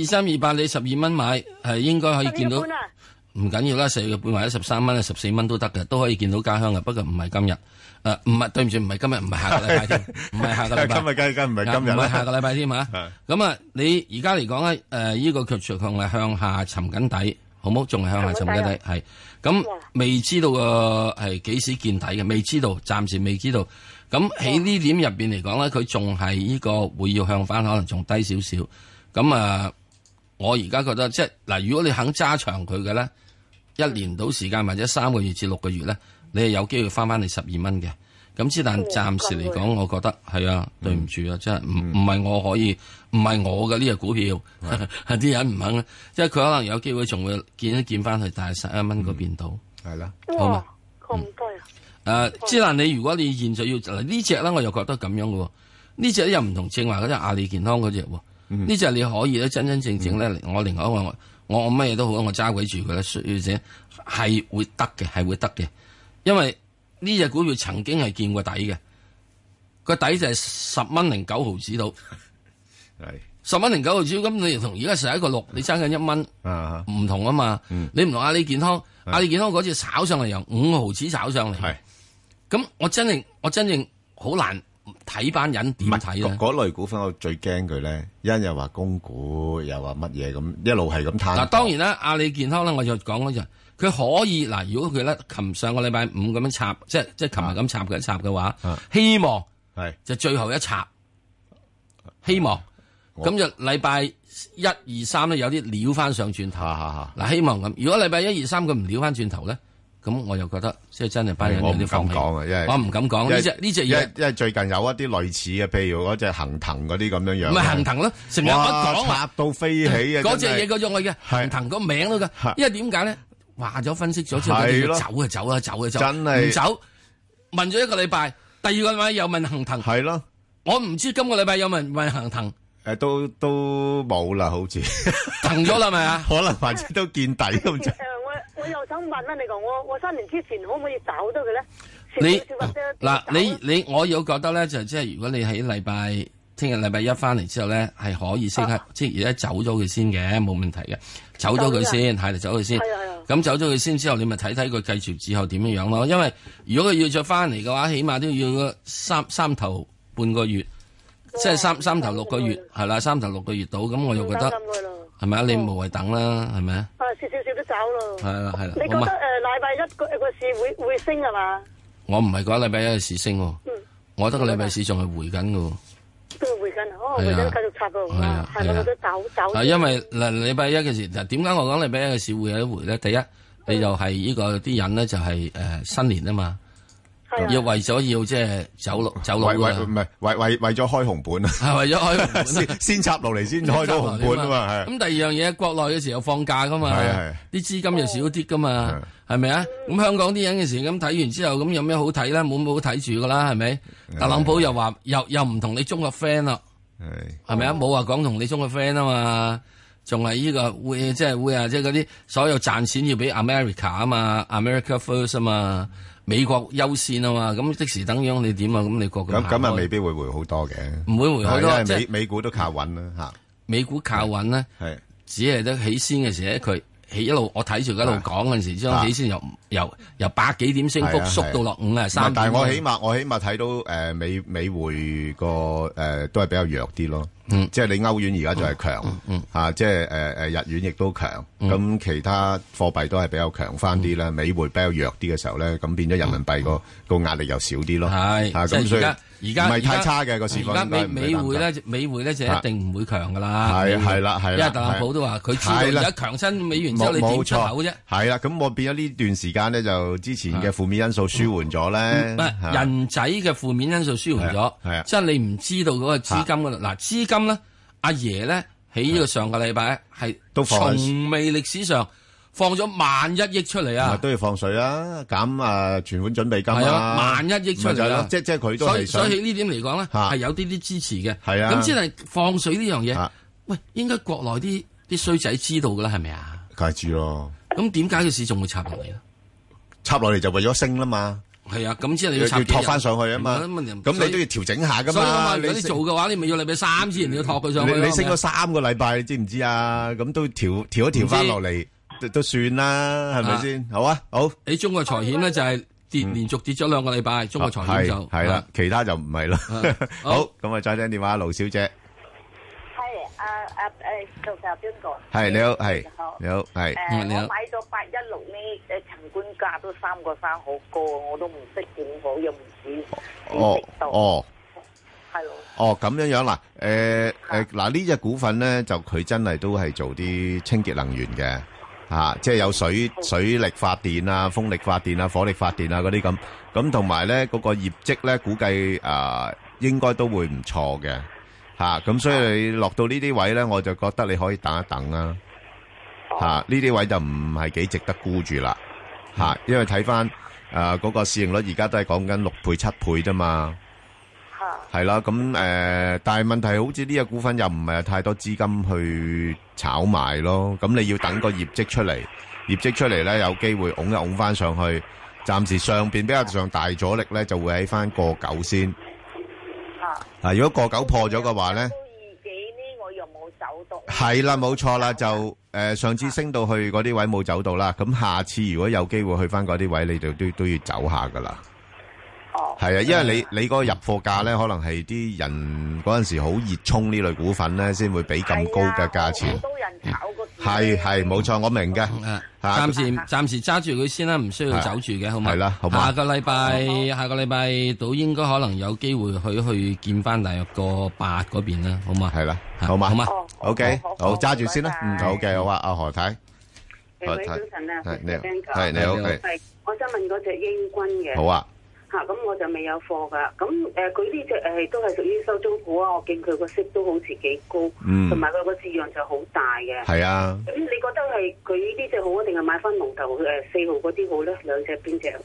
D: 二三二八，你十二蚊買係應該可以見到
G: 十二個。半啊，
D: 唔緊要啦，四個半或者十三蚊啊，十四蚊都得嘅，都可以見到家鄉嘅。不過唔係今日，誒、唔係對唔住，唔係今日，唔係下 個禮拜添，唔係下個禮拜，
C: 今日梗係梗唔係今日
D: 啊唔
C: 啦
D: 係下個禮拜添嚇
C: 係。
D: 咁啊，你而家嚟講咧，誒、依、個腳長係向下沉緊底，好冇？仲係向下沉緊啊底，係咁未知道個係幾時見底嘅，未知道，暫時未知道。咁喺呢點入邊嚟講咧，佢仲係呢個會要向翻，可能仲低少少。咁啊，我而家覺得即係嗱，如果你肯揸長佢嘅咧，一年到時間或者三個月至六個月咧，你係有機會翻翻嚟十二蚊嘅。咁之但暫時嚟講，我覺得係啊，對唔住啊，真係唔唔係我可以，唔係我嘅呢只股票，係 啲人唔肯，即係佢可能有機會仲會見一見翻去大十一蚊嗰邊度。
C: 系啦，
D: 好
H: 哇
D: 嘛，
H: 咁多啊！
D: 誒，之但你如果你現在要嗱呢只咧，我又覺得咁樣嘅喎，呢只又唔同正話嗰只阿里健康嗰只喎，呢只你可以咧真真正正咧，我另外一個我我我乜嘢都好，我揸鬼住佢咧，需要者係會得嘅，係會得嘅，因為呢只股票曾經係見過底嘅，個底就係十蚊零九毫子到，
C: 系
D: 十蚊零九毫子，咁你同而家十一個六，你爭緊一蚊。
C: 啊，
D: 唔同啊嘛，你唔同阿里健康，阿里健康嗰次炒上嚟由五毫子炒上嚟，
C: 系
D: 咁我真正我真正好難睇班人點
C: 唔係嗰
D: 睇咧。
C: 嗰类股份我最驚佢咧，一人又話供股，又話乜嘢咁，一路係咁攤。
D: 嗱，當然啦，阿里健康咧，我就講嗰陣，佢可以嗱，如果佢咧琴上個禮拜五咁樣插，即係即係琴日咁插嘅插嘅話
C: 啊，
D: 希望
C: 係
D: 就最後一插，希望
C: 我
D: 咁就禮拜一二三咧有啲撩翻上轉頭。
C: 下下下，
D: 嗱，希望咁。如果禮拜一、二、三佢唔撩翻轉頭咧，咁我又覺得即係真係班人有
C: 我唔
D: 啲放
C: 敢
D: 棄。
C: 講啊，因為
D: 我唔敢講呢只呢只
C: 因為
D: 嘢，
C: 因為最近有一啲類似嘅，譬如嗰只恒騰嗰啲咁樣樣。
D: 唔係恒騰咯，成日我
C: 哇，
D: 講話
C: 插到飛起啊！
D: 嗰只
C: 真係
D: 嘢嗰種我嘅恒騰個名都㗎
C: 係，
D: 因為點解咧？話咗分析咗之後，
C: 係
D: 佢哋
C: 咯
D: 要走啊走啊走啊走，
C: 真係
D: 唔走。問咗一個禮拜，第二個禮拜又問恒騰，
C: 係咯，
D: 我唔知今個禮拜有冇人問恒騰，
C: 誒都都冇啦，好 似
D: 騰咗啦 咪啊？
C: 可能或者都見底咁就
H: 誒，我我又想問啦，你講我我新年之前可唔可以找到佢咧？
D: 你
H: 少少或者
D: 嗱，
H: 找
D: 你
H: 咧
D: 你我有覺得咧，就即係如果你喺禮拜聽日禮拜一翻嚟之後咧，係可以即刻即係而家走咗佢先嘅，冇問題嘅，啊走咗佢先，係走咗佢先
H: 係啊係啊。
D: 咁走咗佢先之後，你咪睇睇佢繼續之後點樣樣咯。因為如果佢要再翻嚟嘅話，起碼都要個三三頭半個月，即係三三頭六個月，係啦，三頭六個月到。咁我又覺得
H: 唔擔心佢咯
D: 係咪啊？你無謂等啦，係咪啊？
H: 啊，少少少都找咯。
D: 係啦係啦
H: 你覺
D: 好
H: 得誒
D: 嘛
H: 禮拜一個個市會會升係嘛？
D: 我唔係講禮拜一嘅市升喎，
H: 嗯
D: 我覺得個禮拜市仲係回緊嘅喎。
H: 都會緊，哦，會
D: 係啊
H: 緊繼續插喎，
D: 係啊
H: 係
D: 係啊
H: 咪我都找找？
D: 嗱，因為嗱禮拜一嘅時，嗱點解我講禮拜一嘅市會有一回咧？第
H: 嗯
D: 一，你就係呢個啲人咧就係誒新年啊嘛，
H: 係啊
D: 要為咗要即係走路走路
C: 為 為
D: 㗎
C: 唔
D: 啦，
C: 係為為為咗開紅本啊！
D: 係為咗開門啊
C: 先先插落嚟先開到紅本啊嘛，係
D: 咁第二樣嘢，國內嘅時候放假噶嘛
C: 係啊係，
D: 啲資金又少啲噶嘛，係咪啊？咁香港啲人嘅時咁睇完之後，咁有咩好睇咧？冇冇好睇住噶啦，係咪？特朗普又話又又唔同你中國 friend 啦。
C: 係
D: 係咪啊？冇話講同你中嘅 friend 啊嘛，仲係呢個會即係會啊，即係嗰啲所有賺錢要俾 America 啊嘛，America first 啊嘛，美國優先啊嘛，咁即時等樣你點啊？咁你國
C: 咁咁啊，未
D: 美
C: 必會回好多嘅。
D: 唔會回好
C: 係
D: 多，
C: 因為
D: 即係
C: 美美股都靠穩啦
D: 美股靠穩咧，
C: 吓，係
D: 只係得起先嘅時咧，佢起一路我睇住佢一路講嗰陣時，將起先由由由百幾點升幅
C: 啊係啊
D: 縮到落五啊三
C: 唔係
D: 點，
C: 但係我起碼我起碼睇到誒美美匯個誒都係比較弱啲咯，
D: 嗯
C: 即係你歐元而家就係強，嚇即係誒誒日元亦都強，
D: 嗯
C: 咁其他貨幣都係比較強翻啲啦。美匯比較弱啲嘅時候咧，咁變咗人民幣個個壓力又少啲咯，
D: 嗯係
C: 嚇
D: 即係
C: 啊咁所以
D: 而家而家
C: 唔係太差嘅個市況
D: 而家美
C: 應該唔
D: 美
C: 會擔
D: 匯
C: 心
D: 咧，美匯咧就一定唔會強噶啦。
C: 係
D: 美匯
C: 係啦係啦
D: 因為特朗普都話佢
C: 係
D: 知
C: 啦
D: 道而家強身美元之後，
C: 冇
D: 你點
C: 冇
D: 出口啫
C: 錯？，係啦。咁我變咗呢段時間咧，就之前嘅負面因素舒緩咗咧
D: 唔，係
C: 嚇
D: 人仔嘅負面因素舒緩
C: 係啊係啊
D: 咗，即係你唔知道嗰個資金嗰度。嗱，資金咧，阿爺咧喺呢個上個禮拜係
C: 都放喺
D: 從未歷史上放咗萬一億出嚟啊！
C: 咪都要放水啦，減，啊，存款準備金啦。
D: 係啊，萬一億出
C: 咪
D: 嚟啦
C: 就係咯，！即-即係佢都係
D: 所以
C: 想-
D: 所以呢點嚟講咧，
C: 嚇
D: 係有啲啲支持嘅。
C: 係啊
D: 咁先係放水呢樣嘢
C: 嚇。
D: 喂，應該國內啲啲衰仔知道噶啦，係咪啊？咁點解個市仲會插落
C: 梗係
D: 嚟咧？
C: 知咯，插落嚟就為咗升啦嘛，
D: 係啊，咁之後你要插
C: 要
D: 幾日
C: 托返上去啊嘛，
D: 咁你
C: 咁你
D: 所以
C: 都要調整下㗎嘛，
D: 所以我話如果你
C: 你升-
D: 做嘅話，你咪要禮拜三之前你要托佢上去
C: 你-你
D: 咯。係咪啊
C: 升咗三個禮拜，你知唔知啊？咁都調-調一調返落嚟，都-都算啦，係咪
D: 啊。
C: 先？好啊，好。
D: 你中國財險咧就係跌連續跌咗兩個禮拜，中國財險就
C: 嗯係-係啦，
D: 啊
C: 其他就唔係啦。
D: 啊，好。
C: 好，咁啊，再聽電話，盧小姐。係，你好，
G: 係啊啊誒，做就邊
C: 係，
G: 個？
C: 係，
G: 好。
C: 你好，係。
F: À,
G: 誒，
D: 你好
G: 我買咗八一六呢，誒陳冠價都三個三好高，我都唔識點好，又唔止唔
C: 哦，
G: 識到，
C: 哦。
G: 係咯，
C: 哦，咁樣樣嗱，誒誒嗱呢只股份咧，就佢真係都係做啲清潔能源嘅，嚇，即係有水-水力發電啊、風力發電啊、火力發電啊嗰啲咁。咁同埋呢，嗰個業績呢，估計，啊，應該都會唔錯嘅。嚇，咁所以你落到呢啲位呢，我就覺得你可以等一等啦。嚇，呢啲位就唔係幾值得沽住啦。嚇，因為睇返，啊，嗰個市盈率而家都係講緊六倍、7倍咋嘛。系啦，咁诶、呃但系問題好似呢只股份又唔係太多資金去炒賣咯，咁你要等個業績出嚟，業績出嚟咧有機會拱一拱翻上去，暫時上边比較上大阻力咧就會喺翻過九先。啊，如果過九破咗嘅話咧，係啦，冇錯啦，就诶、呃上次升到去嗰啲位冇走到啦，咁下次如果有機會去翻嗰啲位，你就都都要走下噶啦。系啊，因為你你嗰個入貨價咧，可能係啲人嗰阵时好熱衷呢類股份咧，先會俾咁
F: 啊
C: 高嘅價錢。係係冇錯，我明嘅。
D: 啊，
C: 嚇
D: 暫時暫時揸住佢先啦，唔需要走住嘅，好嘛？
C: 係啦好嘛
D: 下個禮拜下個禮拜到應該可能有機會去去見翻大約個八嗰邊啦，好嘛？
C: 係啦，
D: 嚇
C: 嗯好嘛
D: 好嘛？
C: ，OK，好揸住先啦。嗯，好嘅，好啊，阿何太，
E: 喂，早晨啊，
F: 嗯
C: 係你好，
E: Ben 哥
C: 係你好，
D: 你好
C: 係
E: 係我想問嗰只英軍嘅，
C: 好啊。
E: 嚇咁我就未有貨㗎。咁
F: à,
E: 誒佢呢只誒都係屬於收租股啊，我見佢個息都好似幾高，
C: 嗯
E: 同埋佢個市量就好大嘅。
C: 係啊，
E: 咁你覺得係佢呢只好啊，定係買翻龍頭誒呃四號嗰啲好咧？兩隻邊只？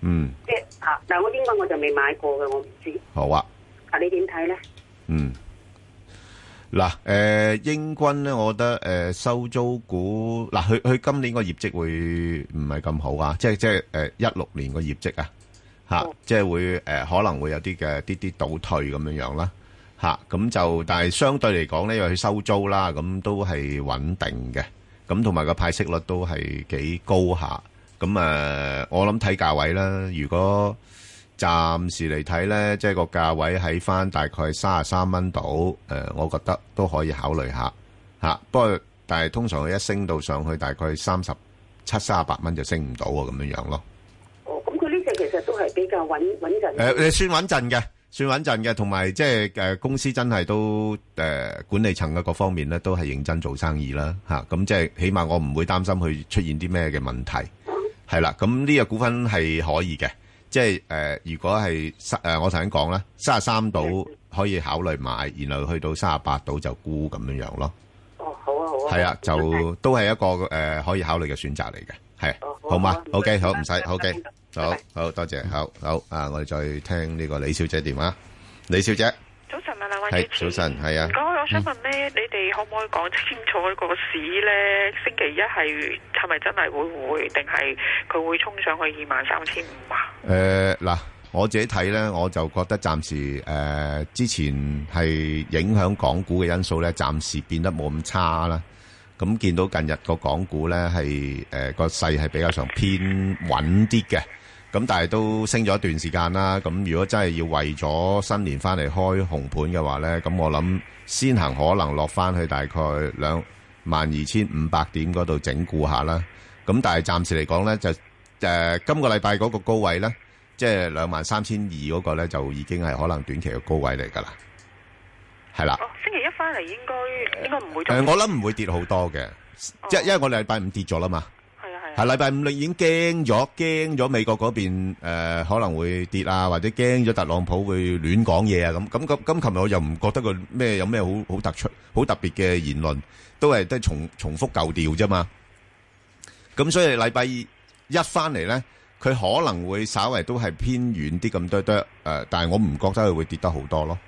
C: 嗯，
E: 即係嚇，但係我應該我就未買過嘅，我唔知。
C: 好啊。
E: 啊，你點睇咧？
C: 嗯，嗱，诶、英軍咧，我覺得诶、誒收租股，嗱，佢佢今年個業績會唔係咁好啊，即係即係诶一六年個業績啊，吓、即係會诶、誒可能會有啲嘅啲啲倒退咁樣樣啦，吓、咁就但係相對嚟講咧，因為佢收租啦，咁都係穩定嘅，咁同埋個派息率都係幾高下，咁誒、我諗睇價位啦，如果暫時嚟睇咧，即係個價位喺翻大概三十三蚊度，誒、我覺得都可以考慮下嚇、不過，但係通常佢一升到上去大概三十七、三十八蚊就升唔到喎，咁樣樣咯。
E: 哦，咁佢呢只其實都係比較穩穩陣。
C: 誒、你算穩陣嘅，算穩陣嘅，同埋即係誒公司真係都誒、管理層嘅各方面咧都係認真做生意啦嚇，咁、即係起碼我唔會擔心佢出現啲咩嘅問題，係啦，咁呢個股份係可以嘅，即係誒、如果係三誒我頭先講啦，三十三度可以考慮買，然後去到三十八度就沽咁樣樣咯，
E: 哦，好啊，好啊。
C: 係啊，就都係一個誒、可以考慮嘅選擇嚟嘅，係
E: 哦好啊
C: 好嘛
E: 好啊
C: ？OK，
E: 拜
C: 好
E: 拜
C: 唔使，OK
E: 拜。拜
C: 好
E: 拜
C: 好多謝，好好啊！我哋再聽呢個李小姐電話。李小姐
I: 早晨啊，兩位
C: 係
I: 主
C: 早。
I: 持
C: 晨，係啊
I: 唔，該，我想問咧，你哋可唔可以講清楚個市咧？星期一係係咪真係會回，定係佢會衝上去二萬三千五啊？
C: 誒嗱，我自己睇咧，我就覺得暫時誒之前係影響港股嘅因素咧，暫時變得冇咁差啦。咁見到近日個港股咧係誒個勢係比較上偏穩啲嘅，咁但係都升咗一段時間啦。咁如果真係要為咗新年翻嚟開紅盤嘅話咧，咁我諗先行可能落翻去大概兩萬二千五百點嗰度整固下啦。咁但係暫時嚟講咧，就誒、呃今個禮拜嗰個高位咧，即係兩萬三千二嗰個咧，就已經係可能短期嘅高位嚟㗎啦，係啦。
I: 哦，星期一翻嚟應該應該唔會
C: 誒、
I: 再。
C: 我諗唔會跌好多嘅，即係因為我哋禮拜五跌咗啦嘛，
I: 係啊係
C: 係
I: 啊。
C: 禮拜五你已經驚咗，驚咗美國嗰邊誒、可能會跌啊，或者驚咗特朗普會亂講嘢啊咁，咁咁咁，琴日我又唔覺得佢咩有咩好好突出、好特別嘅言論，都係都係重重複舊調啫嘛。咁所以禮拜一翻嚟咧，佢可能會稍微都係偏遠啲咁多多誒，呃但係我唔覺得佢會跌得好多咯。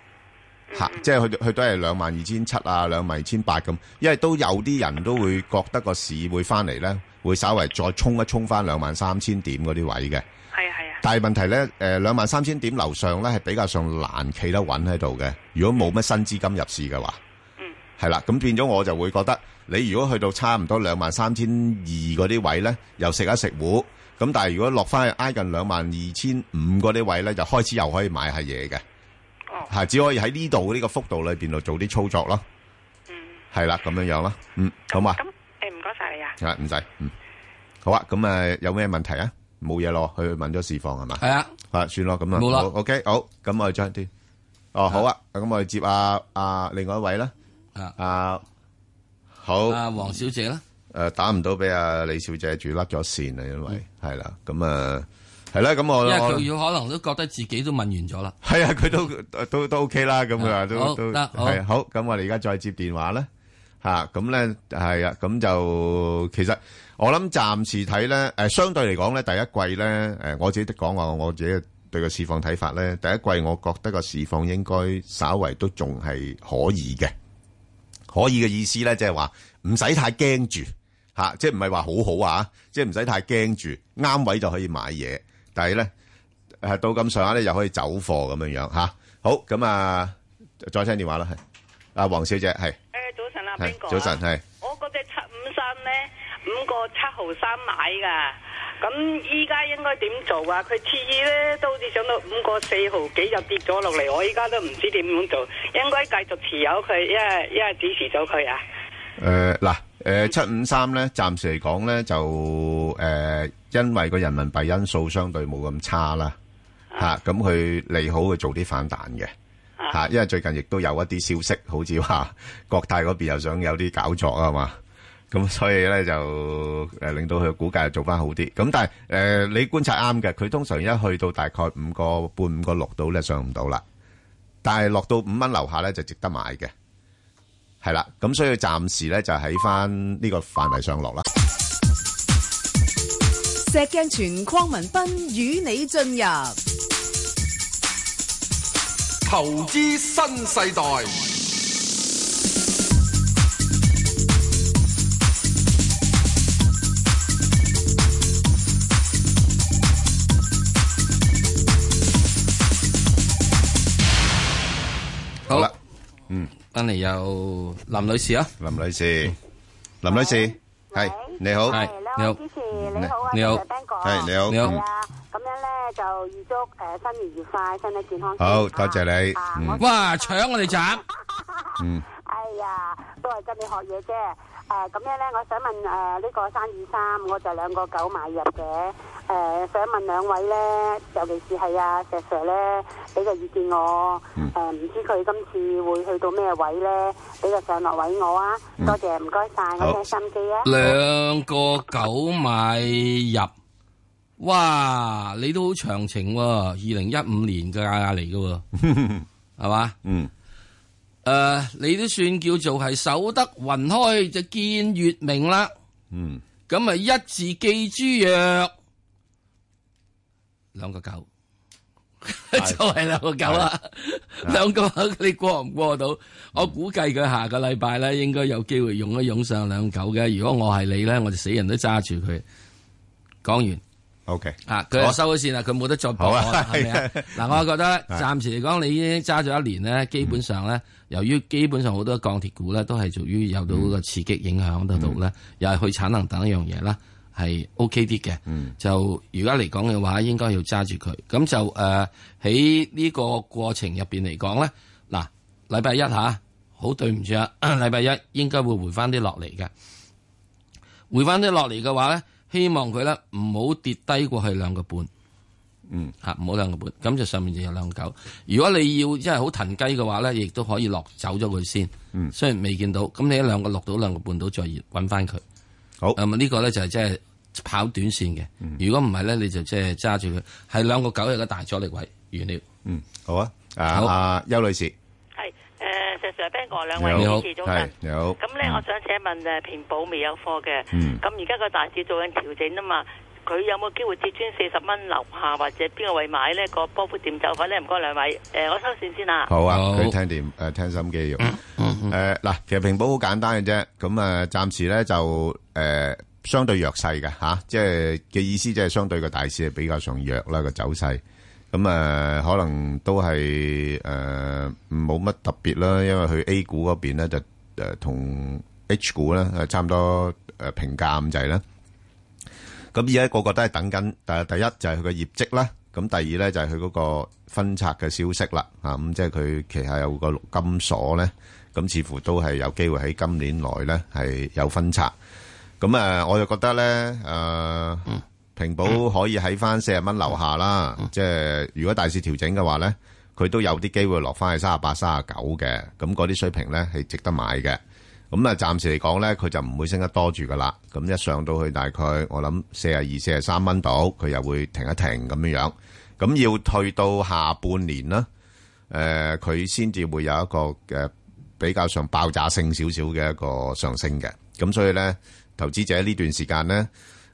C: 吓、即係佢佢都係兩萬二千七啊，兩萬二千八咁，因為都有啲人都會覺得個市會翻嚟咧，會稍為再衝一衝翻兩萬三千點嗰啲位嘅。
I: 係啊係啊，
C: 但係問題咧，誒兩萬三千點樓上咧係比較上難企得穩喺度嘅。如果冇乜新資金入市嘅話，
I: 嗯，
C: 係啦，咁變咗我就會覺得，你如果去到差唔多兩萬三千二嗰啲位咧，又食一食糊。咁但係如果落翻去挨近兩萬二千五嗰啲位咧，就開始又可以買下嘢嘅。
I: 哦，
C: 係只可以喺呢度呢個幅度裏邊度做啲操作咯，
I: 嗯，
C: 係啦，咁樣樣啦，嗯，好嘛，
I: 咁誒唔該晒你啊。
C: 啊，唔使，嗯，好啊，咁誒有咩問題啊？冇嘢咯，佢問咗市況係嘛？
D: 係啊，
C: 啊，算咯，咁啊，
D: 冇啦
C: 好，OK，好，咁我哋將啲，哦，好啊，咁我哋接啊啊另外一位啦，
D: 啊
C: 啊，好，
D: 啊黃小姐啦，
C: 诶、打唔到俾阿李小姐住，甩咗線啊，因為係啦，咁啊係啦，咁我
D: 因為
C: 我
D: 佢要可能都覺得自己都問完咗啦。
C: 係啊，佢都都都 OK 啦，咁啊
D: 啊
C: 都
D: 好
C: 都
D: 得好
C: 係好，咁我啊哋而家再接電話啦，吓咁咧係啊，咁就其實我諗暫時睇咧，诶、相對嚟講咧，第一季咧，诶、我自己講話我自己對個市況睇法咧，第一季我覺得個市況應該稍為都仲係可以嘅。可以嘅意思咧，即係話唔使太驚住吓，啊即係唔係話好好啊，即係唔使太驚住，啱位就可以買嘢，但係咧诶到咁上下咧又可以走貨咁樣樣吓。好，咁啊，再聽電話啦，係阿黃小姐係
F: 诶，早晨啊，
C: 係
F: 边个？
C: 早晨。係
F: 我嗰只七五三咧，五個七毫三買噶。咁依家應該點做啊？佢次次咧都好似上到五個四毫幾就跌咗落嚟，我依家都唔知點樣做，應該繼續持有佢，因為因為指示咗佢啊。
C: 诶呃嗱诶七五三咧，暫時嚟講咧就诶、呃因為個人民幣因素相對冇咁差啦吓，咁佢利好佢做啲反彈嘅。吓，因為最近亦都有一啲消息，好似話 國泰嗰邊又想有啲搞作啊嘛，咁所以咧就誒令到佢股價做翻好啲。咁但係誒、呃你觀察啱嘅，佢通常一去到大概五個半、五個六度咧上唔到啦，但係落到五蚊樓下咧就值得買嘅，係啦。咁所以暫時咧就喺翻呢個範圍上落啦。
A: 石鏡泉匡文斌與你進入
B: 投資新世代，
C: 好
D: 好
C: 啦
D: 啦，嗯，翻嚟又林女士啊，
C: 林女士，林女士，係你好，
D: 係你好
J: 主持你好啊，
D: 你好
J: Ben 哥，
C: 係你好，
D: 你好
J: 係
C: 嗯
J: 啊，咁樣咧就預祝誒新年愉快，身體健康。
C: 好多謝你
J: 啊
C: 嗯
J: 我
D: 哇，搶我哋閘，
C: 嗯
J: 哎呀，都係跟你學嘢啫。誒、咁樣咧，我想問誒呢、個三二三，我就兩個九買入嘅。誒、想問兩位咧，尤其是係啊石 Sir 咧，俾個意見我。誒唔、知佢今次會去到咩位咧？俾個上落位我啊！多謝，唔該晒，我聽心機啊！
D: 兩個九買入，哇，你都好長情喎，二零一五年嘅價嚟嘅喎，係嘛？
C: 嗯。
D: 诶、你都算叫做係守得雲開就見月明啦。
C: 嗯，
D: 咁啊，一字記之曰兩個九， 就係兩個九啦。 兩個九你過唔過到？我估計佢下個禮拜咧，應該有機會用一用上兩九嘅。如果我係你咧，我就死人都揸住佢。講完。
C: OK，
D: 啊！佢
C: 好
D: 又收咗線啦，佢冇得再
C: 好
D: 搏
C: 啊
D: 啦，係咪 啊？嗱，我覺得暫時嚟講，你已經揸咗一年咧，基本上咧，由於基本上好多鋼鐵股咧都係屬於有到個刺激影響得到咧，又係去產能等一樣嘢啦，係 OK 啲嘅。嗯就而家嚟講嘅話，應該要揸住佢。咁就誒喺呢個過程入邊嚟講咧，嗱，禮拜一嚇，好對唔住 啊，禮拜一應該會回翻啲落嚟嘅。回翻啲落嚟嘅話咧，希望佢咧唔好跌低過去兩個半。
C: 嗯，
D: 嚇啊唔好兩個半，咁就上面就有兩個九。如果你要真係好騰雞嘅話咧，亦都可以落走咗佢先。
C: 嗯
D: 雖然未見到，咁你一兩個落到兩個半到再揾翻佢。
C: 好嗯
D: 咁啊呢個咧就係即係跑短線嘅。如果唔係咧，你就即係揸住佢，係兩個九有個大阻力位完了。
C: 嗯，好啊，啊
D: 好
C: 阿邱女士，
F: 係诶，石 Sir、Ben 哥兩
C: 位你
D: 好
F: 位
D: 主
F: 主
D: 持
F: 持
C: 早
F: 早
C: 晨
F: 晨
C: 係。你好
F: 咁咧，我想請問誒平保未有貨嘅，
C: 嗯
F: 咁而家個大市做緊調整啊嘛，佢有冇機會跌穿四十蚊樓下或者邊個位買呢？個波幅點走法咧？唔該兩位，誒我收線先啊。
C: 好啊，
D: 好
C: 佢聽電诶听心機要。诶嗱，其實平保好簡單嘅啫，咁啊暫時咧就诶相對弱勢嘅吓，即係嘅意思即係相對個大市係比較上弱啦個走勢。咁啊，可能都係誒冇乜特別啦，因為佢 A 股嗰邊咧就誒同 H 股咧誒差唔多誒平價咁滯啦。咁而家個個都係等緊，但係第一就係佢嘅業績啦，咁第二咧就係佢嗰個分拆嘅消息啦，啊咁即係佢旗下有個陸金所咧，咁似乎都係有機會喺今年內咧係有分拆。咁啊，我就覺得咧，誒、平保可以喺翻四十蚊樓下啦，即係如果大市調整嘅話咧，佢都有啲機會落翻去三十八、三十九嘅，咁嗰啲水平咧係值得買嘅。咁啊，暫時嚟講咧，佢就唔會升得多住噶啦。咁一上到去大概我諗四啊二、四啊三蚊度，佢又會停一停咁樣樣。咁要退到下半年啦，誒、佢先至會有一個誒、比較上爆炸性少少嘅一個上升嘅。咁所以咧，投資者呢段時間咧，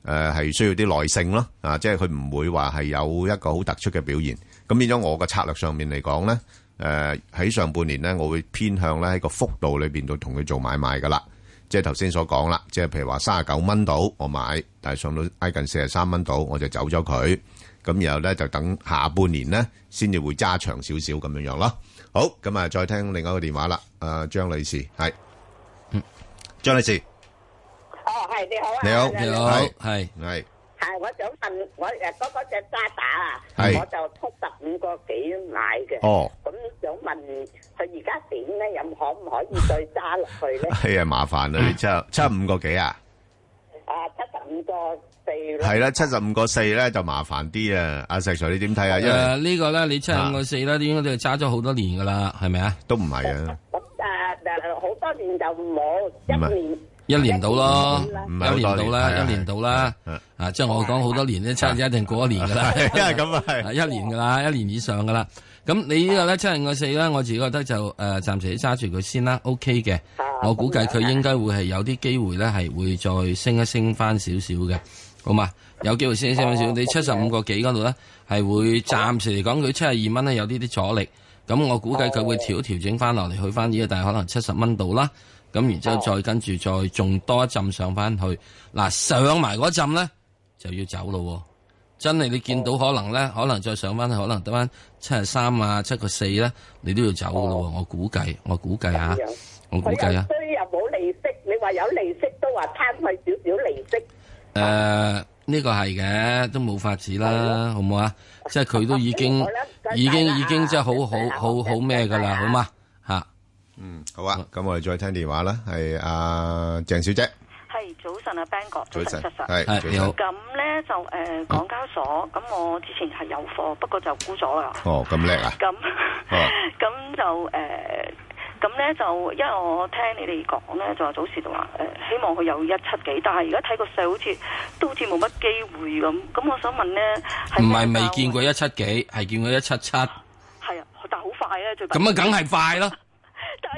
C: 誒、係需要啲耐性咯，啊，即係佢唔會話係有一個好突出嘅表現。咁變咗我嘅策略上面嚟講咧。誒喺、上半年咧，我會偏向咧喺個幅度裏邊度同佢做買賣噶啦。即係頭先所講啦，即係譬如話三十九蚊度我買，但係上到挨近四十三蚊度我就走咗佢。咁然後咧就等下半年咧先至會揸長少少咁樣樣咯。好，咁啊再聽另外一個電話啦。誒、張女士係，嗯，張女士
H: 哦，係你好啊，
C: 你好，
H: 係
C: 係係係
H: 係，我想問我誒嗰嗰只渣打啊，
C: 係
H: 我就通十五個幾買嘅，
C: 哦，？
H: 咁想問佢而家點咧？又可唔可以再揸落去 咧
C: 係啊，麻煩啦，你七七十五個幾啊？
H: 啊，七十五個四咯，
C: 係啦，七十五個四咧就麻煩啲啊。阿石 Sir 你點睇啊？因
D: 誒
C: 為
D: 呢個咧，你七五個四咧，應該都係揸咗好多年噶啦，係咪啊？
C: 都唔係啊，
H: 咁誒誒好多年就冇，一 年
D: 一年到咯，
H: 唔
C: 嗯係好
D: 一
C: 多
D: 年到
C: 年
D: 啦，
C: 係啊
D: 一年到啦
C: 係啊，
D: 啊，即係我講好多年咧，七一定過
C: Dạ,
D: 一年噶啦，
C: 因為咁啊係
D: 啊。一年噶啦，一年以上噶啦。咁你呢個咧七五個四咧，我自己覺得就誒暫時揸住佢先啦，OK 嘅。我估計佢應該會係有啲機會咧，係會再升一升翻少少嘅，好嘛？有機會升一升翻少少，你七十五個幾嗰度咧，係會暫時嚟講佢七十二蚊咧有呢啲阻力。咁我估計佢會調調整翻落嚟，去翻呢個大概可能七十蚊度啦。咁然之後再跟住再仲多一浸上翻去，嗱上埋嗰浸咧就要走咯喎。真係你見到可能咧，可能再上翻，可能得翻七十三啊，七個四咧，你都要走噶咯喎。我估計，我估計哦啊，我估
H: 佢
D: 計
H: 又
D: 啊，
H: 衰又冇利息，你話有利息都話攤佢少少利息，
D: 誒、呢個係嘅，都冇法子啦，好唔啊好啊？即係佢都已經
H: 好啦唔該晒
D: 已經
H: 啦
D: 已經即係好好好好咩噶啦，好嘛嚇？
C: 嗯，好啊，咁我哋再聽電話啦，係阿鄭小姐。
F: 係早晨啊，Bang 哥，
C: 早晨
F: 早晨
C: 係
D: Dạ,
C: 係你好
F: 咁咧就誒、
D: 嗯
F: 呃港交所，咁我之前係有貨，不過就沽咗啦。
C: 哦，咁叻啊！
F: 咁
C: 哦，
F: 咁就誒，呃咁、咧就因為我聽你哋講咧，就話早時就話誒、呃希望佢有一七幾，但係而家睇個勢好似都好似冇乜機會咁。咁我想問咧，係
D: 唔
F: 咩
D: 係未
F: 價
D: 見
F: 位
D: 過一七幾，係見過一七七，咁啊
F: 係啊，但係好快咧最
D: 梗 係快啦！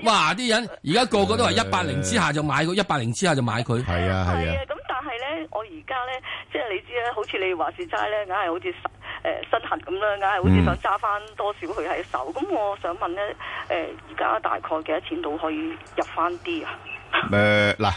D: 哇！啲人而家個個都話一八零之下就買佢，一八零之下就買佢，
C: 係啊
F: 係啊，咁但係咧，我而家咧，即係你知咧，好似你話事齋咧，硬係好似誒身痕咁啦，硬係好似
D: 嗯
F: 想揸翻多少佢喺手。咁我想問咧，誒而家大概幾多錢到可以入翻啲啊？
C: 誒嗱，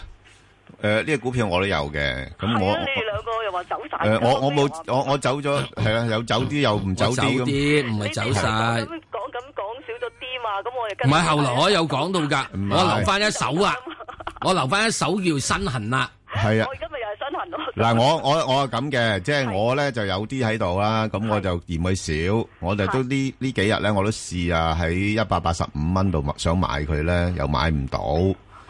C: 誒呢個股票我都有嘅，咁我
F: 係啊你哋兩個又話走晒，
C: 誒我我冇我我走咗係啊，有走啲又唔走
D: 走
C: 啲咁，
D: 啲唔係走晒。
F: 講咁講少咗啲嘛，咁我又
D: 唔
F: 跟
D: 係，後來我有講到噶，
C: 係
D: 我留翻一手啊，我留翻一手叫身痕啦。
C: 係啊。
F: 今日又係身痕咯。
C: 嗱，我我我係咁嘅，即係我咧就有啲喺度啦，咁我就嫌佢少，我哋都呢呢幾日咧我都試啊喺一百八十五蚊度想買佢咧，又買唔到。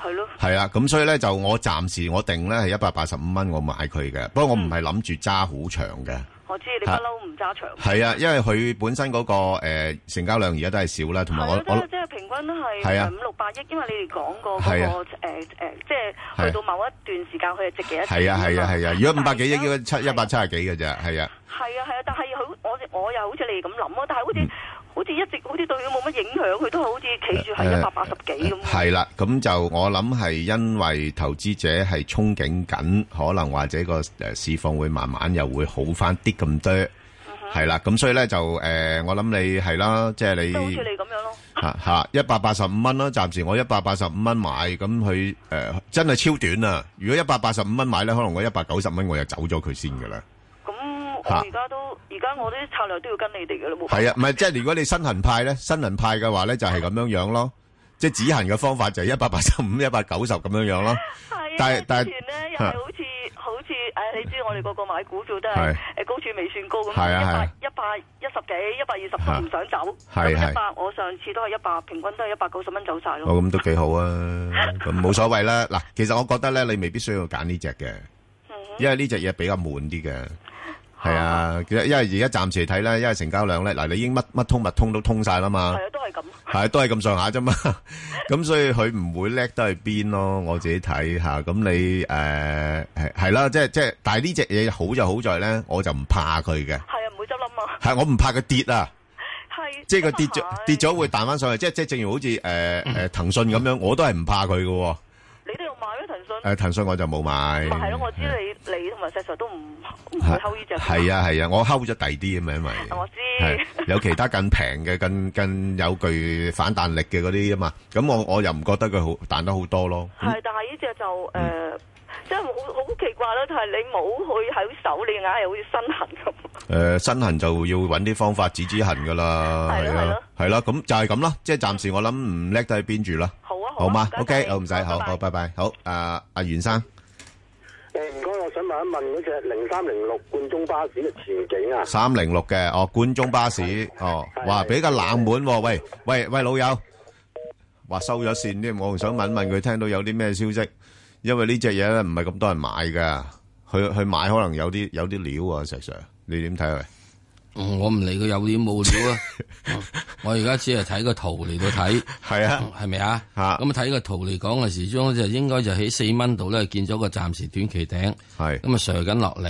F: 係咯，
C: 係啦，咁所以咧就我暫時我定咧係一百八十五蚊我買佢嘅，不過我唔係諗住揸好長嘅。
F: 我知你不嬲唔揸長。
C: 係啊，因為佢本身嗰、個、呃、成交量而家都係少啦，同埋我
F: 係
C: 我
F: 啊，即係平均都
C: 係啊
F: 係五六百億，因為你哋講過嗰
C: 係啊啊
F: 個誒誒，即係去到某一段時間，佢係值幾多錢
C: 係啊係啊係啊，如果五百幾億
F: 但係而家
C: 應該七一百七十幾嘅啫，係啊，
F: 係啊係啊，但係佢我我又好似你哋咁諗啊，但係好似、
C: 嗯
F: 好似一直好似對佢冇乜影響，佢都係好似企住係一百八十幾咁。
C: 呃係啦，咁就我諗係因為投資者係憧憬緊，可能或者個誒呃市況會慢慢又會好翻啲咁多，
F: 嗯
C: 係啦，咁所以咧就誒、呃我諗你係啦，即係
F: 都好似
C: 你
F: 你咁樣咯，
C: 吓吓一百八十五蚊啦，暫時我一百八十五蚊買，咁佢誒真係超短啊！如果一百八十五蚊買咧，可能我一百九十蚊我就走咗佢先噶啦。
F: 咁我
C: 嚇
F: 而家都而家我啲策略都要跟你哋嘅咯，冇辦法
C: 系啊，唔系即系如果你新行派咧，新行派嘅話咧就係咁樣樣咯，即系止行嘅方法就係一百八十五、一百九十咁樣樣咯。但係
F: 係啊，
C: 但
F: 之
C: 係
F: 前咧又
C: 嚇
F: 係好似好似誒，你知我哋個個買股票都
C: 係
F: 係誒高處未算高咁，
C: 係啊係
F: 一百
C: 啊
F: 一百一十幾、一百二十
C: 嚇
F: 都唔想走，
C: 係係
F: 咁一百我上次都係一百，平均都係一百九十蚊走晒
C: 哦，
F: 咯。
C: 咁都幾好啊，咁冇所謂啦。嗱，其實我覺得咧，你未必需要揀呢只嘅，因為呢只嘢比較悶啲嘅。係啊，因為而家暫時嚟睇咧，因為成交量咧，嗱，你已經乜乜通乜通都通晒啦嘛。
F: 係啊，都係咁。
C: 系都系咁上下啫嘛， 咁所以佢唔會叻得去邊咯，我自己睇下。咁你诶係係啦，即係即係，但係呢只嘢好就好在咧，我就唔怕佢嘅，
K: 係啊，唔會執笠啊，
C: 係我唔怕佢跌啊，
K: 係
C: 即係佢跌
F: 啊
C: 咗跌咗會彈翻上去，即係即係正如好似呃诶诶腾讯咁樣，我都係唔怕佢嘅喎。
K: 你都有買咩騰訊？
C: 诶，騰訊我就冇買。
F: 哦
K: 咪係咯，我知你你同埋石 Sir 都唔唔會溝呢只。
C: 係啊係啊，我睺咗第二啲咁啊， 因為
K: 我知
C: 係嗯有其他更平嘅、更更有具反彈力嘅嗰啲啊嘛。咁我我又唔覺得佢好彈得好多咯。
K: 係，但係呢只就
C: 嗯
K: 誒，即係好好奇怪咯，就係你冇去喺手，你硬係好似身痕咁。
C: 诶、呃身痕就要揾啲方法止止痕噶啦，係啊，係啦，咁就係咁啦，即係暫時我諗唔叻得去邊住啦。好啊，好嘛，OK，好唔使，好好，拜拜，好，阿、阿袁生，
L: 誒唔該，我想問一問嗰只零三零六冠中巴士嘅前景啊，
C: 三零六嘅，哦，冠中巴士，哦，哇，比較冷門喎、喂喂喂，老友，話收咗線添，我仲想問問佢聽到有啲咩消息，因為呢只嘢咧唔係咁多人買噶，去去買可能有啲有啲料啊，石 Sir，你點睇佢？
D: 嗯我唔理佢有料冇 料啊！我而家只係睇個圖嚟到睇，
C: 系啊，
D: 系咪啊？咁睇個圖嚟講嘅時鐘就應該就喺四蚊度咧，見咗個暫時短期頂，
C: 系
D: 咁啊上緊落嚟，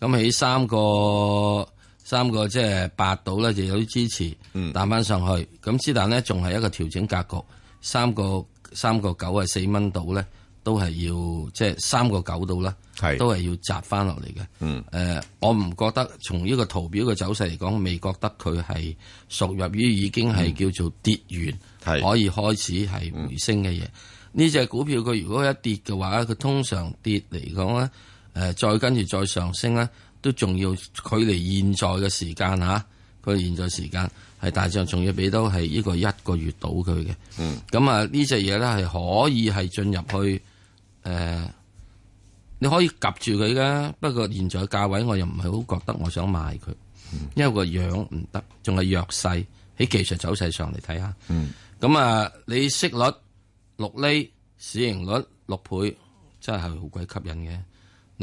D: 咁喺三個三個即係八度咧就有啲支持，
C: 嗯
D: 彈翻上去，咁之但咧仲係一個調整格局，三個三個九係四蚊度咧，都係要即係三個九度啦，
C: 係
D: 都係要摘翻落嚟嘅。
C: 嗯，
D: 誒、我唔覺得從呢個圖表嘅走勢嚟講，未覺得佢係屬入於已經
C: 嗯
D: 係叫做跌完，可以開始係回升嘅嘢。呢只、股票佢如果一跌嘅話，佢通常跌嚟講咧，誒、再跟住再上升咧，都仲要距離現在嘅時間嚇，距離現在時間係大致上仲要俾到係呢個一個月到佢嘅。
C: 嗯，
D: 咁啊呢只嘢咧係可以係進入去誒、呃你可以及住佢噶。不過現在價位我又唔係好覺得我想賣佢，因為個樣唔得，仲係弱勢喺技術走勢上嚟睇下。
C: 嗯，
D: 咁啊，你息率六厘，市盈率六倍，真係好鬼吸引嘅。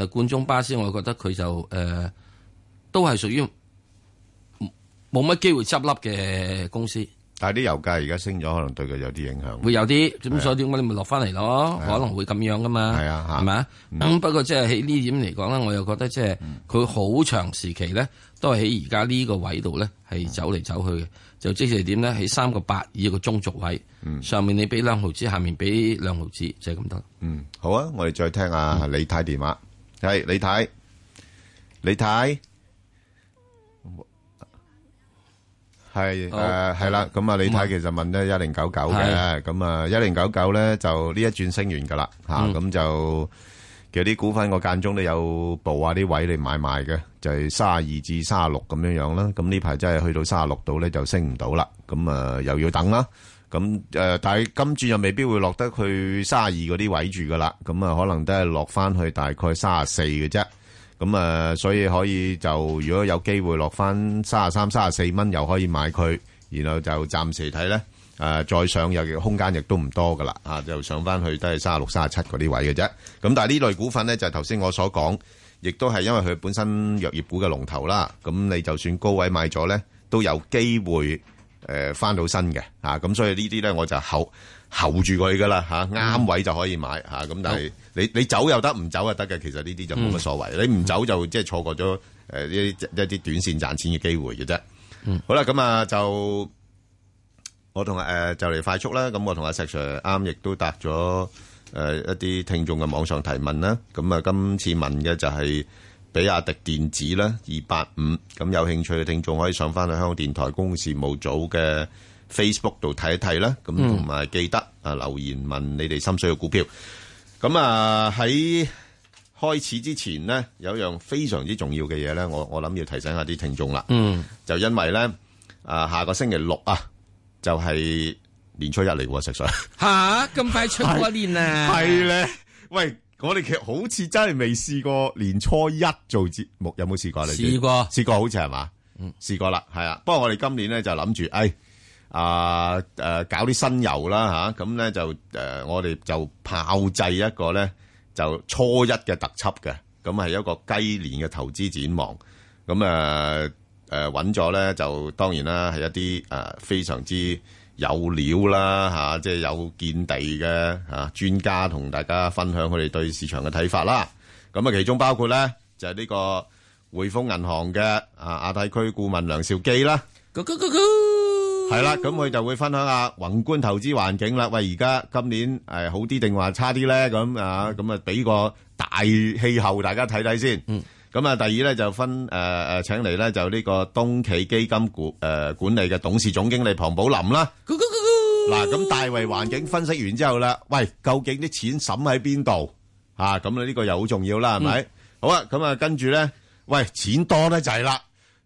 D: 嗱，冠中巴士，我覺得佢就誒、呃都係屬於冇冇乜機會執笠嘅公司。
C: 但係啲油價而家升咗，可能對佢有啲影響。
D: 會有啲，
C: 係啊
D: 咁所以點解你咪落翻嚟咯？
C: 係啊
D: 可能會咁樣噶嘛，係啊，係咪啊？咁不過即係喺呢點嚟講咧，我又覺得即係佢好長時期咧，都係喺而家呢個位度咧係走嚟走去嘅，就即係點咧？喺三個八以一個中軸位，上面你俾兩毫子，下面俾兩毫子，就係咁得。
C: 嗯，好啊，我哋再聽下李太電話。係李太，李太，係
B: 好
C: 诶系啦，咁啊李太其實問咗一零九九嘅，
B: 係
C: 咁啊一零九九咧就呢一轉升完噶啦吓，
B: 嗯
C: 咁就其實啲股份我間中都有部啊啲位嚟買賣嘅，就係三二至三十六咁樣樣啦。咁呢排真係去到三十六度咧就升唔到啦，咁啊又要等啦。咁誒、呃但係今轉又未必會落得去三二嗰啲位住噶啦，咁啊可能都係落翻去大概三四嘅啫。咁啊，呃所以可以就如果有機會落翻三啊三、三啊四蚊，又可以買佢，然後就暫時睇咧，誒、再上又空間亦都唔多噶啦，啊就上翻去都係三啊六、三啊七嗰啲位嘅啫。咁但係呢類股份咧，就係頭先我所講，亦都係因為佢本身藥業股嘅龍頭啦，咁你就算高位買咗咧，都有機會。誒翻到身嘅啊，咁所以呢啲咧我就候 候住佢噶啦嚇，啱、位就可以買嚇，咁、但係你你走又得，唔走又得嘅，其實呢啲就冇乜所謂，你唔走就即係錯過咗誒一啲一啲短線賺錢嘅機會嘅啫。
B: 嗯
C: 好啦，咁啊就我同誒、呃就嚟快速啦，咁我同阿石 Sir 啱亦都答咗誒一啲聽眾嘅網上提問啦，咁啊今次問嘅就係、比亞迪電子啦，二八五，咁有興趣嘅聽眾可以上翻去香港電台公共事務組嘅 Facebook 度睇一睇啦，咁
B: 嗯
C: 同埋記得啊留言問你哋心水嘅股票。咁啊喺開始之前呢，有一樣非常之重要嘅嘢呢，我我諗要提醒下啲聽眾啦。
B: 嗯，
C: 就因為呢，啊下個星期六啊，就係、年初一嚟喎，食水。
D: 吓咁快出過年 啊？
C: 係咧，喂，我哋其實好似真係未試過年初一做節目，有冇試過你？
D: 試過，嗯
C: 試過好似係嘛？試過啦，係啊。不過我哋今年咧就諗住，诶、啊诶、誒搞啲新遊啦吓，咁、咧就诶、誒我哋就炮製一個咧就初一嘅特輯嘅，咁係一個雞年嘅投資展望。呃咁誒誒揾咗咧，就當然啦，係一啲誒、呃非常之有料啦吓、即係有見地嘅吓、專家同大家分享佢哋對市場嘅睇法啦。咁啊，其中包括咧就係呢個匯豐銀行嘅啊亞太區顧問梁兆基啦。係啦，咁佢就會分享下宏觀投資環境啦。喂，而家今年诶好啲定話差啲咧？咁啊，咁啊，俾個大氣候大家睇睇先。咁啊，第二咧就分诶诶、呃、请嚟咧就呢個東企基金管诶、管理嘅董事總經理龐寶林啦。嗱，咁大圍環境分析完之後啦，喂，究竟啲錢審喺邊度啊？咁呢個又好重要啦，係咪？好啊，咁啊，跟住咧，喂，錢多得滯啦，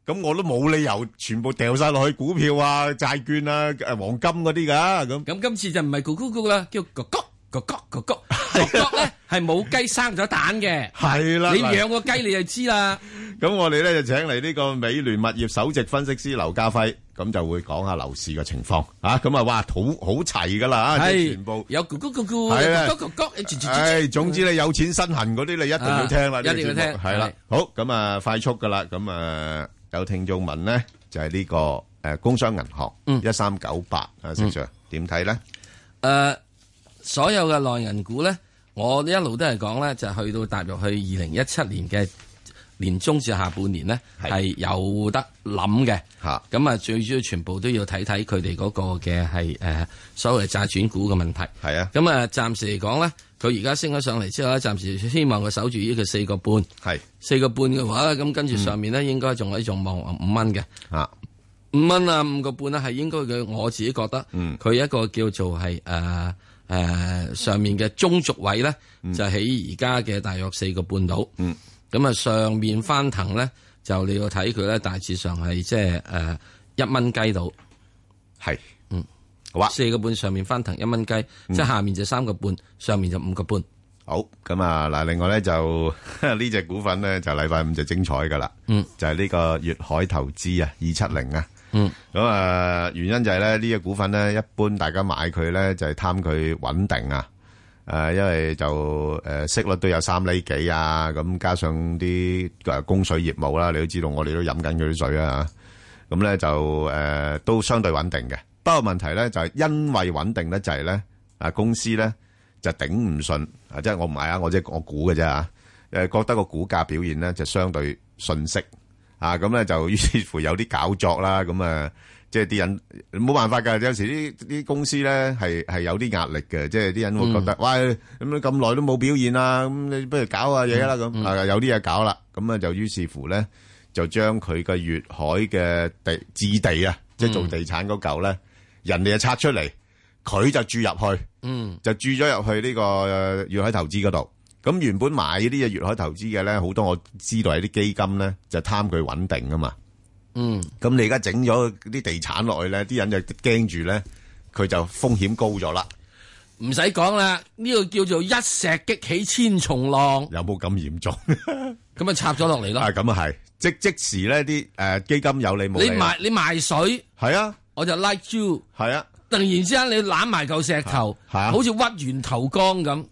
C: 咁我都冇理由全部掉晒落去股票啊、債券啊、誒黃金嗰啲噶，咁
D: 咁今次就唔係咕咕咕啦，叫咕咕咕咕 咕咕咕咕咧，係冇雞生咗蛋嘅。
C: 係啦，
D: 你
C: 嗱
D: 養個雞你就知啦。
C: 咁我哋咧就請嚟呢個美聯物業首席分析師劉家輝，咁就會講下樓市嘅情況啊。咁啊，哇，好好齊噶啦，即係
D: 係
C: 全部
D: 有咕咕咕咕，
C: 係啊
D: 咕咕咕咕，吱吱吱吱
C: 唉，總之你有錢身痕嗰啲，你一定要聽啦，
D: 啊
C: 呢個
D: 一定
C: 節目
D: 要聽
C: 係啦
D: 係。
C: 好，咁啊，快速噶啦，咁啊，有聽眾問咧，就係呢個诶工商銀行一三九八啊，石 Sir 點睇咧？
D: 诶，所有嘅內銀股咧，我一路都係講咧，就係去到踏入去二零一七年嘅年中至下半年咧，係有得諗嘅。
C: 吓，
D: 咁啊，最主要全部都要睇睇佢哋嗰個嘅係诶所謂債轉股嘅問題。
C: 係啊，
D: 咁啊，暫時嚟講咧，佢而家升咗上嚟之後咧，暫時希望佢守住呢個四個半。
C: 係
D: 四個半嘅話咧，咁跟住上面咧應該仲喺仲望五蚊嘅。
C: 啊，
D: 五蚊啊，五個半啊，係應該佢我自己覺得，
C: 嗯
D: 佢一個叫做係誒誒上面嘅中軸位咧，就喺而家嘅大約四個半度。
C: 嗯，
D: 咁啊上面翻騰咧，就你要睇佢咧，大致上係即係誒一蚊雞度。
C: 係，
D: 嗯，
C: 好啊。嗯
D: 四個半上面翻騰一蚊雞，即係下面就三個半，上面就五個半。
C: 好，咁啊嗱，另外咧就 呢只股份咧就禮拜五就精彩噶啦，
D: 嗯，
C: 就係呢個粵海投資啊，二七零啊。
D: 嗯。
C: 咁啊，原因就係咧呢只股份咧，一般大家買佢咧就係貪佢穩定啊。誒、因為就誒、息率都有三厘幾啊，咁加上啲誒供水業務啦，你都知道我哋都飲緊佢啲水啊，咁咧就誒、都相對穩定嘅。不過問題咧就係、因為穩定得滯咧，啊公司咧就頂唔順啊，即係我唔買啊，我即係我估嘅啫啊，誒覺得個股價表現咧就相對遜色。啊，咁咧就於是乎有啲搞作啦，咁啊，即係啲人冇辦法㗎，有時啲啲公司咧係係有啲壓力嘅，即係啲人會覺得，喂，咁你咁耐都冇表現啦，咁你不如搞下嘢啦，咁、啊有啲嘢搞啦，咁啊就於是乎咧就將佢嘅粵海嘅地置地啊，即係做地產嗰嚿咧，人哋就拆出嚟，佢就注入去。
D: 嗯
C: 就注咗入去呢個呃粵海投資嗰度。咁原本買呢啲嘢粵海投資嘅咧，好多我知道係啲基金咧，就貪佢穩定啊嘛。
D: 嗯，
C: 咁你而家整咗啲地產落去咧，啲人就驚住咧，佢就風險高咗啦。
D: 嗯唔使講啦，呢個叫做一石激起千重浪。
C: 有冇咁嚴重？
D: 咁啊插咗落嚟
C: 嗯
D: 咯。
C: 啊，咁啊係，即即時咧啲誒基金有你冇
D: 你
C: 啦
D: 賣你賣水，
C: 係啊，
D: 我就 like you，
C: 係啊，
D: 突然之間你攬埋嚿石頭，
C: 係啊
D: 好似屈完頭江咁，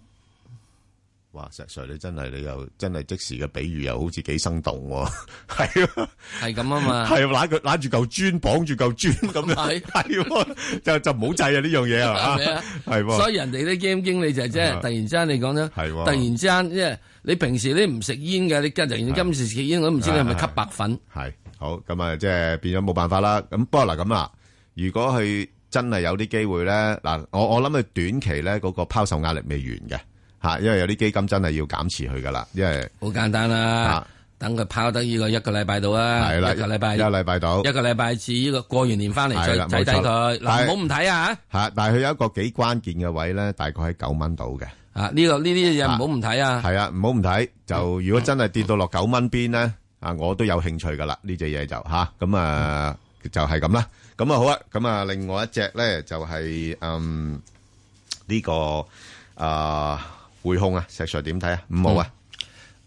C: 哇！石 Sir，你真係你又真係即時嘅比喻又好似幾生動喎， 係啊，
D: 係咁啊 嘛。
C: 係啊，揦佢揦住嚿磚，綁住 嚿磚咁樣，
D: 係
C: 係喎，就就唔好制啊呢樣嘢係
D: 係咪
C: 嘛
D: 啊，
C: 係喎，
D: 所以人哋啲 game 經理就係即係
C: 啊
D: 突然之間你講咗，
C: 係喎
D: 突然之間即係你平時你唔食煙嘅，你突然今時食煙，我都唔知你係咪吸白粉。
C: 系好咁啊，即係變咗冇辦法啦。咁不過嗱咁啦，如果佢真係有啲機會咧，嗱，我我諗佢短期咧嗰個拋售壓力未完嘅吓，因為有啲基金真係要減持佢噶啦，因為
D: 好簡單啦
C: 啊，
D: 等佢拋得呢個一個禮拜到啦，
C: 係啦
D: 一個禮拜
C: 一個禮拜到
D: 一個禮拜至呢個過完年翻嚟
C: 係啦冇錯
D: 再睇睇佢。
C: 但係
D: 嗱，唔好唔睇啊！
C: 吓，但係佢有一個幾關鍵嘅位咧，大概喺九蚊度嘅。
D: 啊，呢個呢啲嘢唔好唔睇啊！
C: 係啊，唔好唔睇。就如果真係跌到落九蚊邊咧，啊，我都有興趣噶啦。呢只嘢就吓咁啊，就係咁啦。咁啊好啊，咁啊另外一隻咧就係嗯呢個啊匯控啊，石 Sir 點睇啊？五號啊，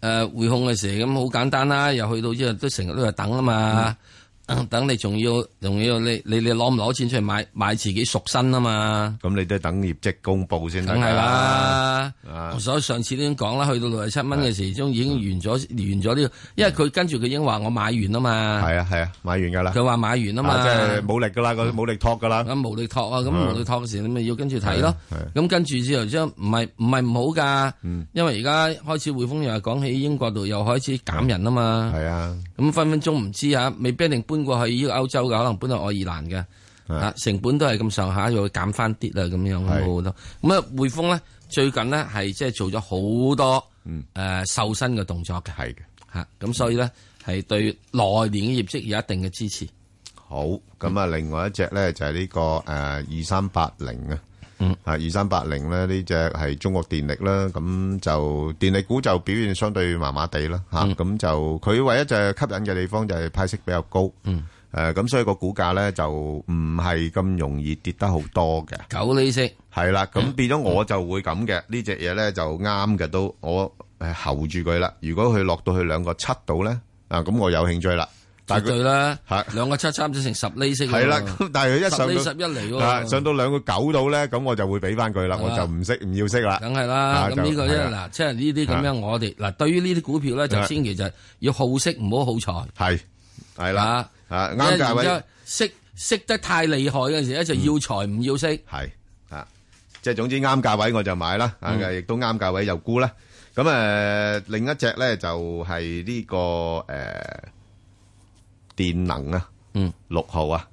D: 誒匯控嘅時咁好簡單啦，又去到之後都成日都係等啊嘛。
C: 嗯
D: 等你仲要仲要你你你攞唔攞錢出嚟買買自己贖身啊嘛？
C: 咁你都等業績公佈先得㗎
D: 梗係啦，所以上次都已經講啦，去到六十七蚊嘅時鐘
C: 嗯
D: 已經完咗完咗呢個，因為佢跟住佢已經話我買完啊嘛。
C: 係啊係啊，買完㗎啦。
D: 佢話買完啊嘛
C: 啊即係冇力㗎啦，個冇力托㗎啦。
D: 咁無力托啊，咁
C: 嗯
D: 無力托嘅時你咪要跟住睇咯
C: 係嗯啊。
D: 咁跟住之後，即係唔係唔係唔好噶，因為而家開始匯豐又係講起英國度又開始減人啊嘛。
C: 係啊，
D: 咁分分鐘唔知啊，未必一定搬過去呢個歐洲嘅，可能搬去愛爾蘭嘅。啊，成本都係咁上下，又會減翻啲啦，咁樣好
C: 嗯
D: 多。咁啊，匯豐咧最近呢係即係做咗好多
C: 嗯
D: 誒瘦身嘅動作嘅。
C: 係嘅，
D: 嚇咁所以咧係對內年嘅業績有一定嘅支持。
C: 好，咁啊，另外一隻咧就係呢個诶二三八零啊，啊二三八零咧呢只係中國電力啦，咁就電力股就表現相對麻麻地啦吓，嚇咁就佢唯一就係吸引嘅地方就係派息比較高，诶咁所以個股價咧就唔係咁容易跌得好多嘅，
D: 九厘息
C: 係啦，咁變咗我就會咁嘅，呢只嘢咧就啱嘅都我诶候住佢啦，如果佢落到去兩個七度咧，啊咁我有興趣啦，但係
D: 絕
C: 佢
D: 對啦，兩個七差唔多成十厘息喎。
C: 係啦咁但係佢一上到
D: 十厘十一厘
C: 啊，
D: 喎，
C: 上到2.9度呢，咁我就會俾返佢啦，
D: 啊。
C: 我就唔識-唔要識啦。
D: 梗係
C: 啊，
D: 啦。咁呢
C: 就
D: 個
C: -
D: 咧
C: 係啦。
D: 嗱，即係呢啲咁樣，我哋嗱對於呢啲股票咧，就
C: 啊
D: 千祈就係要好色，唔好好財。
C: 係，係啦。
D: 因
C: 啊，啱
D: 為
C: 價位。
D: 然之後識識得太厲害嗰陣時咧，就要財唔要息。
C: 係，啊，即係總之啱價位我就買啦，啊，
D: 嗯。
C: 亦都啱價位又沽啦。咁，誒，另一隻呢，就係呢個，誒，電能啊，6號啊，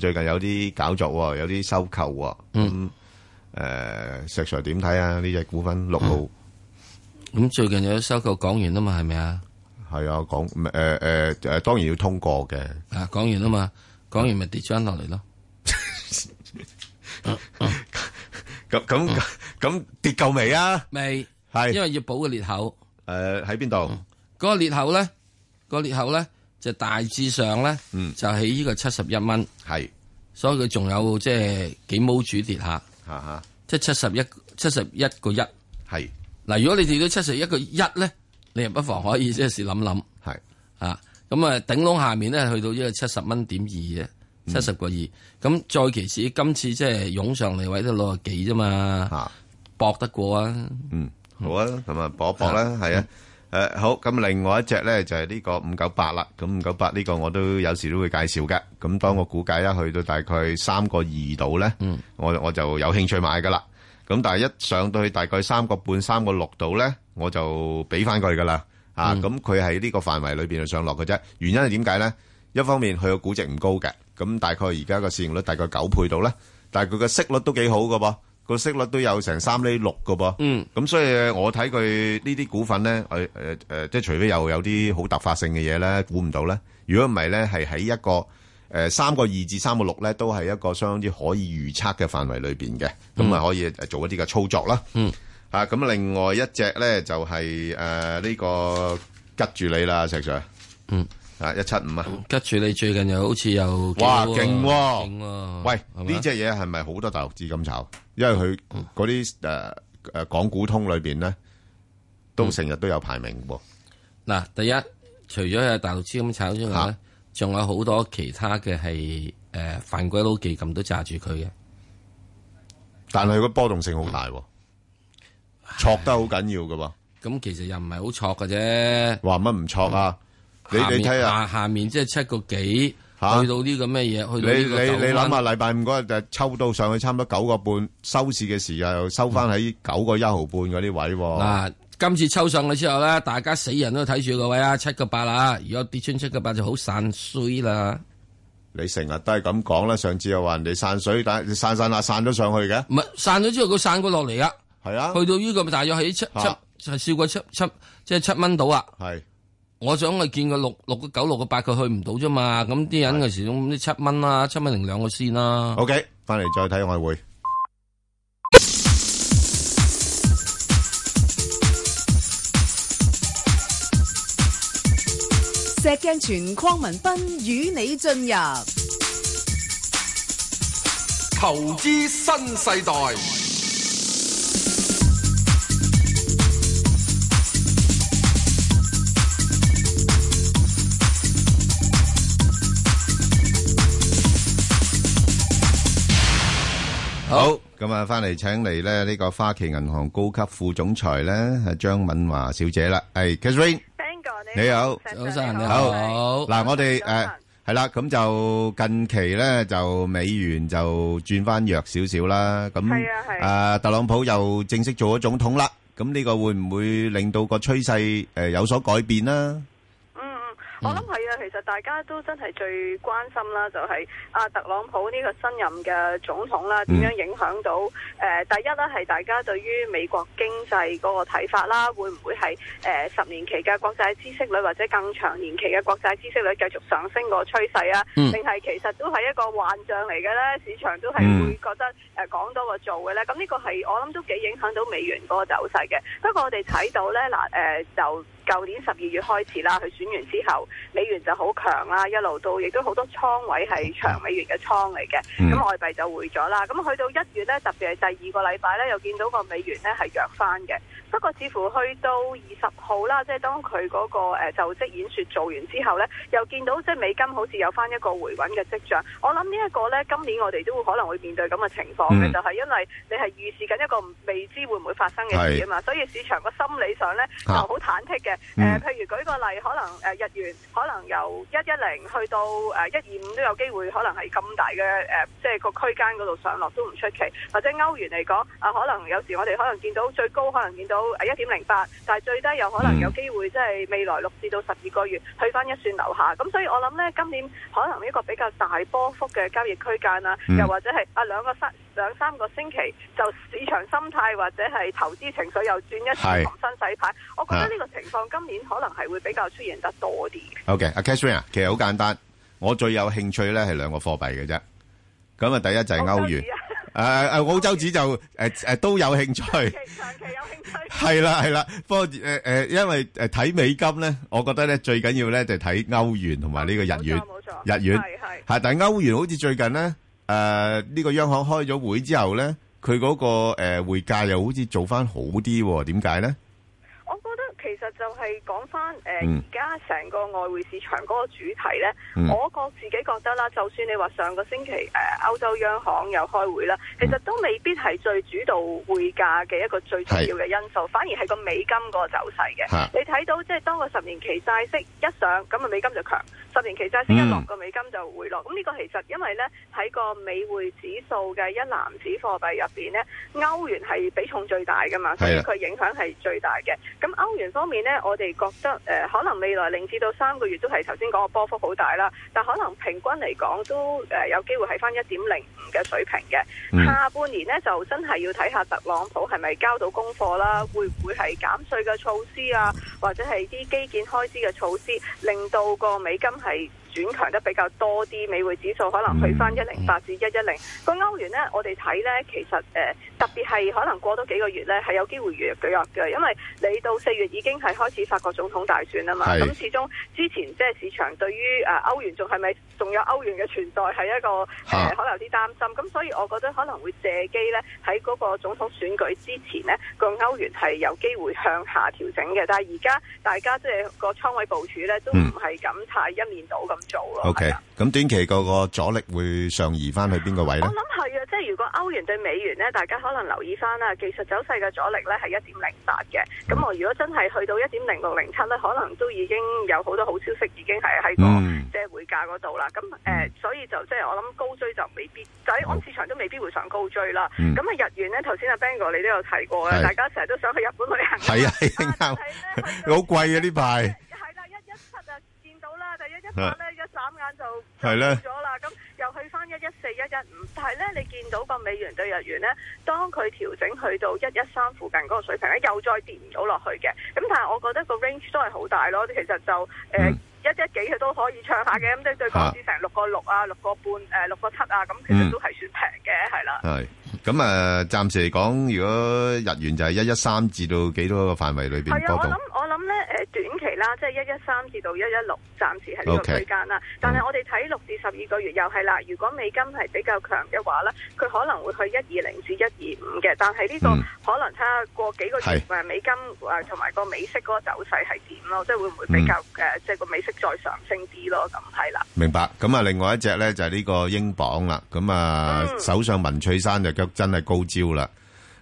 C: 最近有啲搞作喎，有啲收購喎。
D: 嗯。
C: 咁，誒，石Sir點睇啊？呢隻股份，6號
D: 嗯咁最近有收購講完啦嘛，係咪啊？
C: 係啊，講誒誒誒，當然要通過嘅。
D: 啊，講完啦嘛，講完咪跌咗落嚟咯。
C: 咁咁咁跌夠未啊？
D: 未，
C: 係
D: 嗯因為嗯要補個裂口。
C: 誒喺邊度？嗰
D: 個裂口咧，個裂口咧就大致上咧，就喺呢個七十一蚊。
C: 係，
D: 所以佢仲有即係幾毛主跌下。
C: 嚇嚇，
D: 即係七十一七十一個一。
C: 係
D: 嗱，如果你跌到七十一個一咧，你又不妨可以即係試諗諗。
C: 係
D: 啊，咁啊頂籠下面咧去到呢個七十蚊點二嘅。
C: 嗯
D: 七十個二，咁再其次，今次即係湧上嚟位都六啊幾啫嘛，搏得過啊！
C: 嗯，好啊，咁啊搏一搏啦，係啊。誒好，咁另外一隻咧就係呢個五九八啦。咁五九八呢個我都有時都會介紹嘅。咁當我估計一去到大概三個二度咧，我我就有興趣買噶啦。咁但係一上到去大概三個半、三個六度咧，我就俾翻佢噶啦。啊，咁佢喺呢個範圍裏邊就上落嘅啫。原因係點解咧？一方面佢個估值唔高嘅，咁大概而家個市盈率大概九倍到啦，但係佢個息率都幾好嘅噃，個息率都有成三厘六嘅噃。嗯，咁所以我睇佢呢啲股份咧，誒誒誒，即係除非又有啲好突發性嘅嘢咧，估唔到咧。如果唔係咧，係喺一個誒三個二至三個六咧，都係一個相當之可以預測嘅範圍裏邊嘅，咁啊可以誒做一啲嘅操作啦。
D: 嗯，
C: 啊咁另外一隻咧就係誒呢個吉住你啦，石 Sir。
D: 嗯，
C: 啊一七五啊，
D: 吉住你最近又好似又幾
C: 哇，
D: 好啊
C: 勁喎！
D: 勁喎
C: 喂，
D: 係咪
C: 呢只嘢係咪好多大陸資金炒？因為佢
D: 嗯
C: 嗰啲誒誒港股通裏邊咧，
D: 嗯
C: 都成日都有排名喎。
D: 嗱，第一，除咗係大陸資金炒之外咧，仲有好多其他嘅係誒犯鬼佬技咁都揸住佢嘅。
C: 但係個波動性好大喎，挫得好緊要嘅喎。
D: 咁其實又唔係好挫嘅啫。
C: 話乜唔挫啊？你
D: 下面
C: 你睇下
D: 下下面即係七個幾，去
C: 嚇
D: 到呢個咩嘢？
C: 你
D: 去
C: 你
D: 到呢個
C: 你
D: 九
C: 諗
D: 蚊
C: 下，禮拜五嗰日就抽到上去差唔多九個半，收市嘅時候又收翻喺九個一毫半嗰啲位喎。
D: 嗱，今次抽上去之後咧，大家死人都睇住個位啊，七個八啦。如果跌穿七個八就好散衰啦。
C: 你成日都係咁講啦，上次又話人哋散水，但係散散下散咗上去嘅。
D: 唔係散咗之後，佢散過落嚟啊。
C: 係啊，
D: 去到呢個咪大約喺七
C: 嚇
D: 七係少過七七，即係七蚊到啊。
C: 係。
D: 我想係見佢六六個九六個八，佢去唔到啫嘛。咁啲人嘅時鐘啲七蚊啦，七蚊零兩個先啦。
C: OK，翻嚟再睇外匯。
A: 石鏡泉匡文斌與你進入
B: 投資新世代，
C: 好，咁啊，翻嚟請嚟咧呢個花旗銀行高級副總裁咧，係張敏華小姐啦，係 Catherine，你好，
D: 早晨你好
C: 嗱，我哋誒係啦，咁就近期咧就美元就轉翻弱少少啦，咁
F: 係啊係
C: 誒特朗普又正式做咗總統啦，咁呢個會唔會令到個趨勢誒有所改變啦？
F: 嗯我諗係啊，其實大家都真係最關心啦，就係、啊特朗普呢個新任嘅總統啦，點樣影響到誒、呃第一啦，係大家對於美國經濟嗰個睇法啦，會唔會係誒十年期嘅國債孳息率或者更長年期嘅國債孳息率繼續上升個趨勢啊？
M: 嗯
F: 定係其實都係一個幻象嚟嘅咧？市場都係會覺得誒講多過做嘅咧？咁呢個係我諗都幾影響到美元嗰個走勢嘅。不過我哋睇到咧嗱誒就。舊年十二月開始啦，佢選完之後，美元就好強啦，一路到亦都好多倉位係長美元嘅倉嚟嘅，
M: 嗯
C: 嗯
F: 咁、外幣就回咗啦。咁去到一月呢，特別係第二個禮拜呢，又見到個美元呢係弱翻嘅。不過似乎去到二十號啦，即係當佢嗰、個、呃、就職演說做完之後呢，又見到即係美金好似有翻一個回穩嘅跡象。我諗呢一個呢，今年我哋都會可能會面對咁嘅情況
M: 嗯
F: 嘅，就係因為你係預示緊一個未知會唔會發生嘅事啊嘛，所以市場個心理上呢，就
M: 啊
F: 好忐忑嘅。誒、
M: 嗯
F: 譬如舉個例，可能誒、呃日元可能由一一零去到呃誒一二五都有機會，可能係咁大嘅誒、呃即係個區間嗰度上落都唔出奇。或者歐元嚟講，啊、可能有時我哋可能見到最高可能見到誒一點零八，但係最低有可能有機會即係未來六至到十二個月去翻一算樓下。咁所以我諗呢，今年可能呢個比較大波幅嘅交易區間啦，
M: 嗯
F: 又或者係啊兩個三兩三個星期就市場心態或者係投資情緒又轉一
C: 係啊
F: 轉重新洗牌。我覺得呢個情況今年可能係會比較出現得多啲。
C: OK，阿 Catherine 啊，其實好簡單，我最有興趣咧係兩個貨幣嘅啫。咁啊，第一就係歐 元，誒誒澳洲紙就誒誒都有興趣，長期有興趣。係啦係啦，不過誒誒，因為誒睇美金咧，我覺得咧最緊要咧就係睇歐元同埋呢個日元，日元係係，但係歐元好似最近咧誒呢個央行開咗會之後咧，佢嗰個誒匯價又好似做翻好啲喎，點解咧？
F: 我覺得其實就係講翻誒
C: 嗯
F: 而家成個外匯市場嗰個主題呢，
M: 嗯
F: 我個自己覺得啦，就算你話上個星期誒、呃、歐洲央行有開會啦，
M: 嗯
F: 其實都未必係最主導匯價嘅一個最重要嘅因素，反而係個美金個走勢嘅
M: 嚇。
F: 你睇到即係當個十年期債息一上，咁啊美金就強；十年期債息一落，
M: 嗯
F: 個美金就回落。咁呢個其實因為呢，喺個美匯指數嘅一籃子貨幣入邊呢，歐元係比重最大㗎嘛，所以
M: 係啊
F: 佢影響係最大嘅。咁歐元方面呢，我哋覺得誒、呃可能未來零至到三個月都係頭先講個波幅好大啦，但可能平均嚟講都誒、呃有機會係翻一點零五嘅水平嘅。下半年呢，就真係要睇下特朗普係咪交到功課啦，會唔會係減税嘅措施啊，或者係啲基建開支嘅措施，令到個美金係。轉強得比較多啲，美匯指數可能去翻一零八至一一零。個歐元呢，我哋睇呢，其實誒、呃特別係可能過多幾個月呢，係有機會越弱弱嘅，因為你到四月已經係開始法國總統大選啦嘛。
M: 係
F: 咁始終之前即係市場對於誒歐元仲係咪仲有歐元嘅存在係一個誒、呃
M: 嚇
F: 可能有啲擔心。咁所以我覺得可能會借機呢，喺嗰個總統選舉之前呢，個歐元係有機會向下調整嘅。但係而家大家即係個倉位部署呢，都
M: 嗯
F: 唔係咁太一面倒咁做咯。
C: OK，咁短期個個阻力會上移翻去邊個位咧
F: 我？諗係啊，即係如果歐元對美元呢，大家可能留意翻啦，技術走勢嘅阻力呢係一點零八嘅。咁我如果真係去到一點零六零七呢，可能都已經有好多好消息已經係喺個
M: 嗯
F: 即係匯價嗰度啦。咁誒、呃所以就即係我諗高追就未必，就喺安市場都未必會上高追啦。
C: 嗯
F: 咁啊、日元呢，頭先阿 Bang 哥你都有提過啦，
C: 係
F: 大家成日都想去日本旅行。
C: 係啊，啱，好貴啊呢排，
F: 啊見到啦，但係一一八咧一眨眼就就
C: 啊係咧
F: 冇咗啦，咁又去翻一一四、一一五，但係咧你見到個美元對日元咧，當佢調整去到一一三附近嗰個水平咧，又再跌唔到落去嘅，咁但係我覺得個 range 都係好大咯，其實就誒。呃
C: 嗯
F: 一一幾佢都可以唱下嘅，咁即係對港紙成六個六啊，六個半，誒六個七啊，咁其
C: 嗯
F: 實都係算平嘅，係啦。
C: 係咁啊，暫時嚟講，如果日元就係一一三至到幾多個範圍裏邊
F: 係啊，
C: 波
F: 我
C: 動
F: 諗？我諗咧，誒、誒短期啦，即係一一三至到一一六，暫時係呢
M: OK
F: 個區間啦。但
C: 嗯
F: 係我哋睇六至十二個月又係啦，如果美金係比較強嘅話咧，佢可能會去一二零至一二五嘅。但係呢
C: 嗯
F: 個可能睇下過幾個月
M: 係
F: 誒美金誒同埋個美息嗰個走勢係點咯，即係會唔會比較
C: 嗯
F: 誒即係個美息再上升啲咯？咁係啦。
C: 明白，咁啊，另外一隻咧就係呢個英鎊啦，咁啊，首相文翠珊就腳真係高招啦，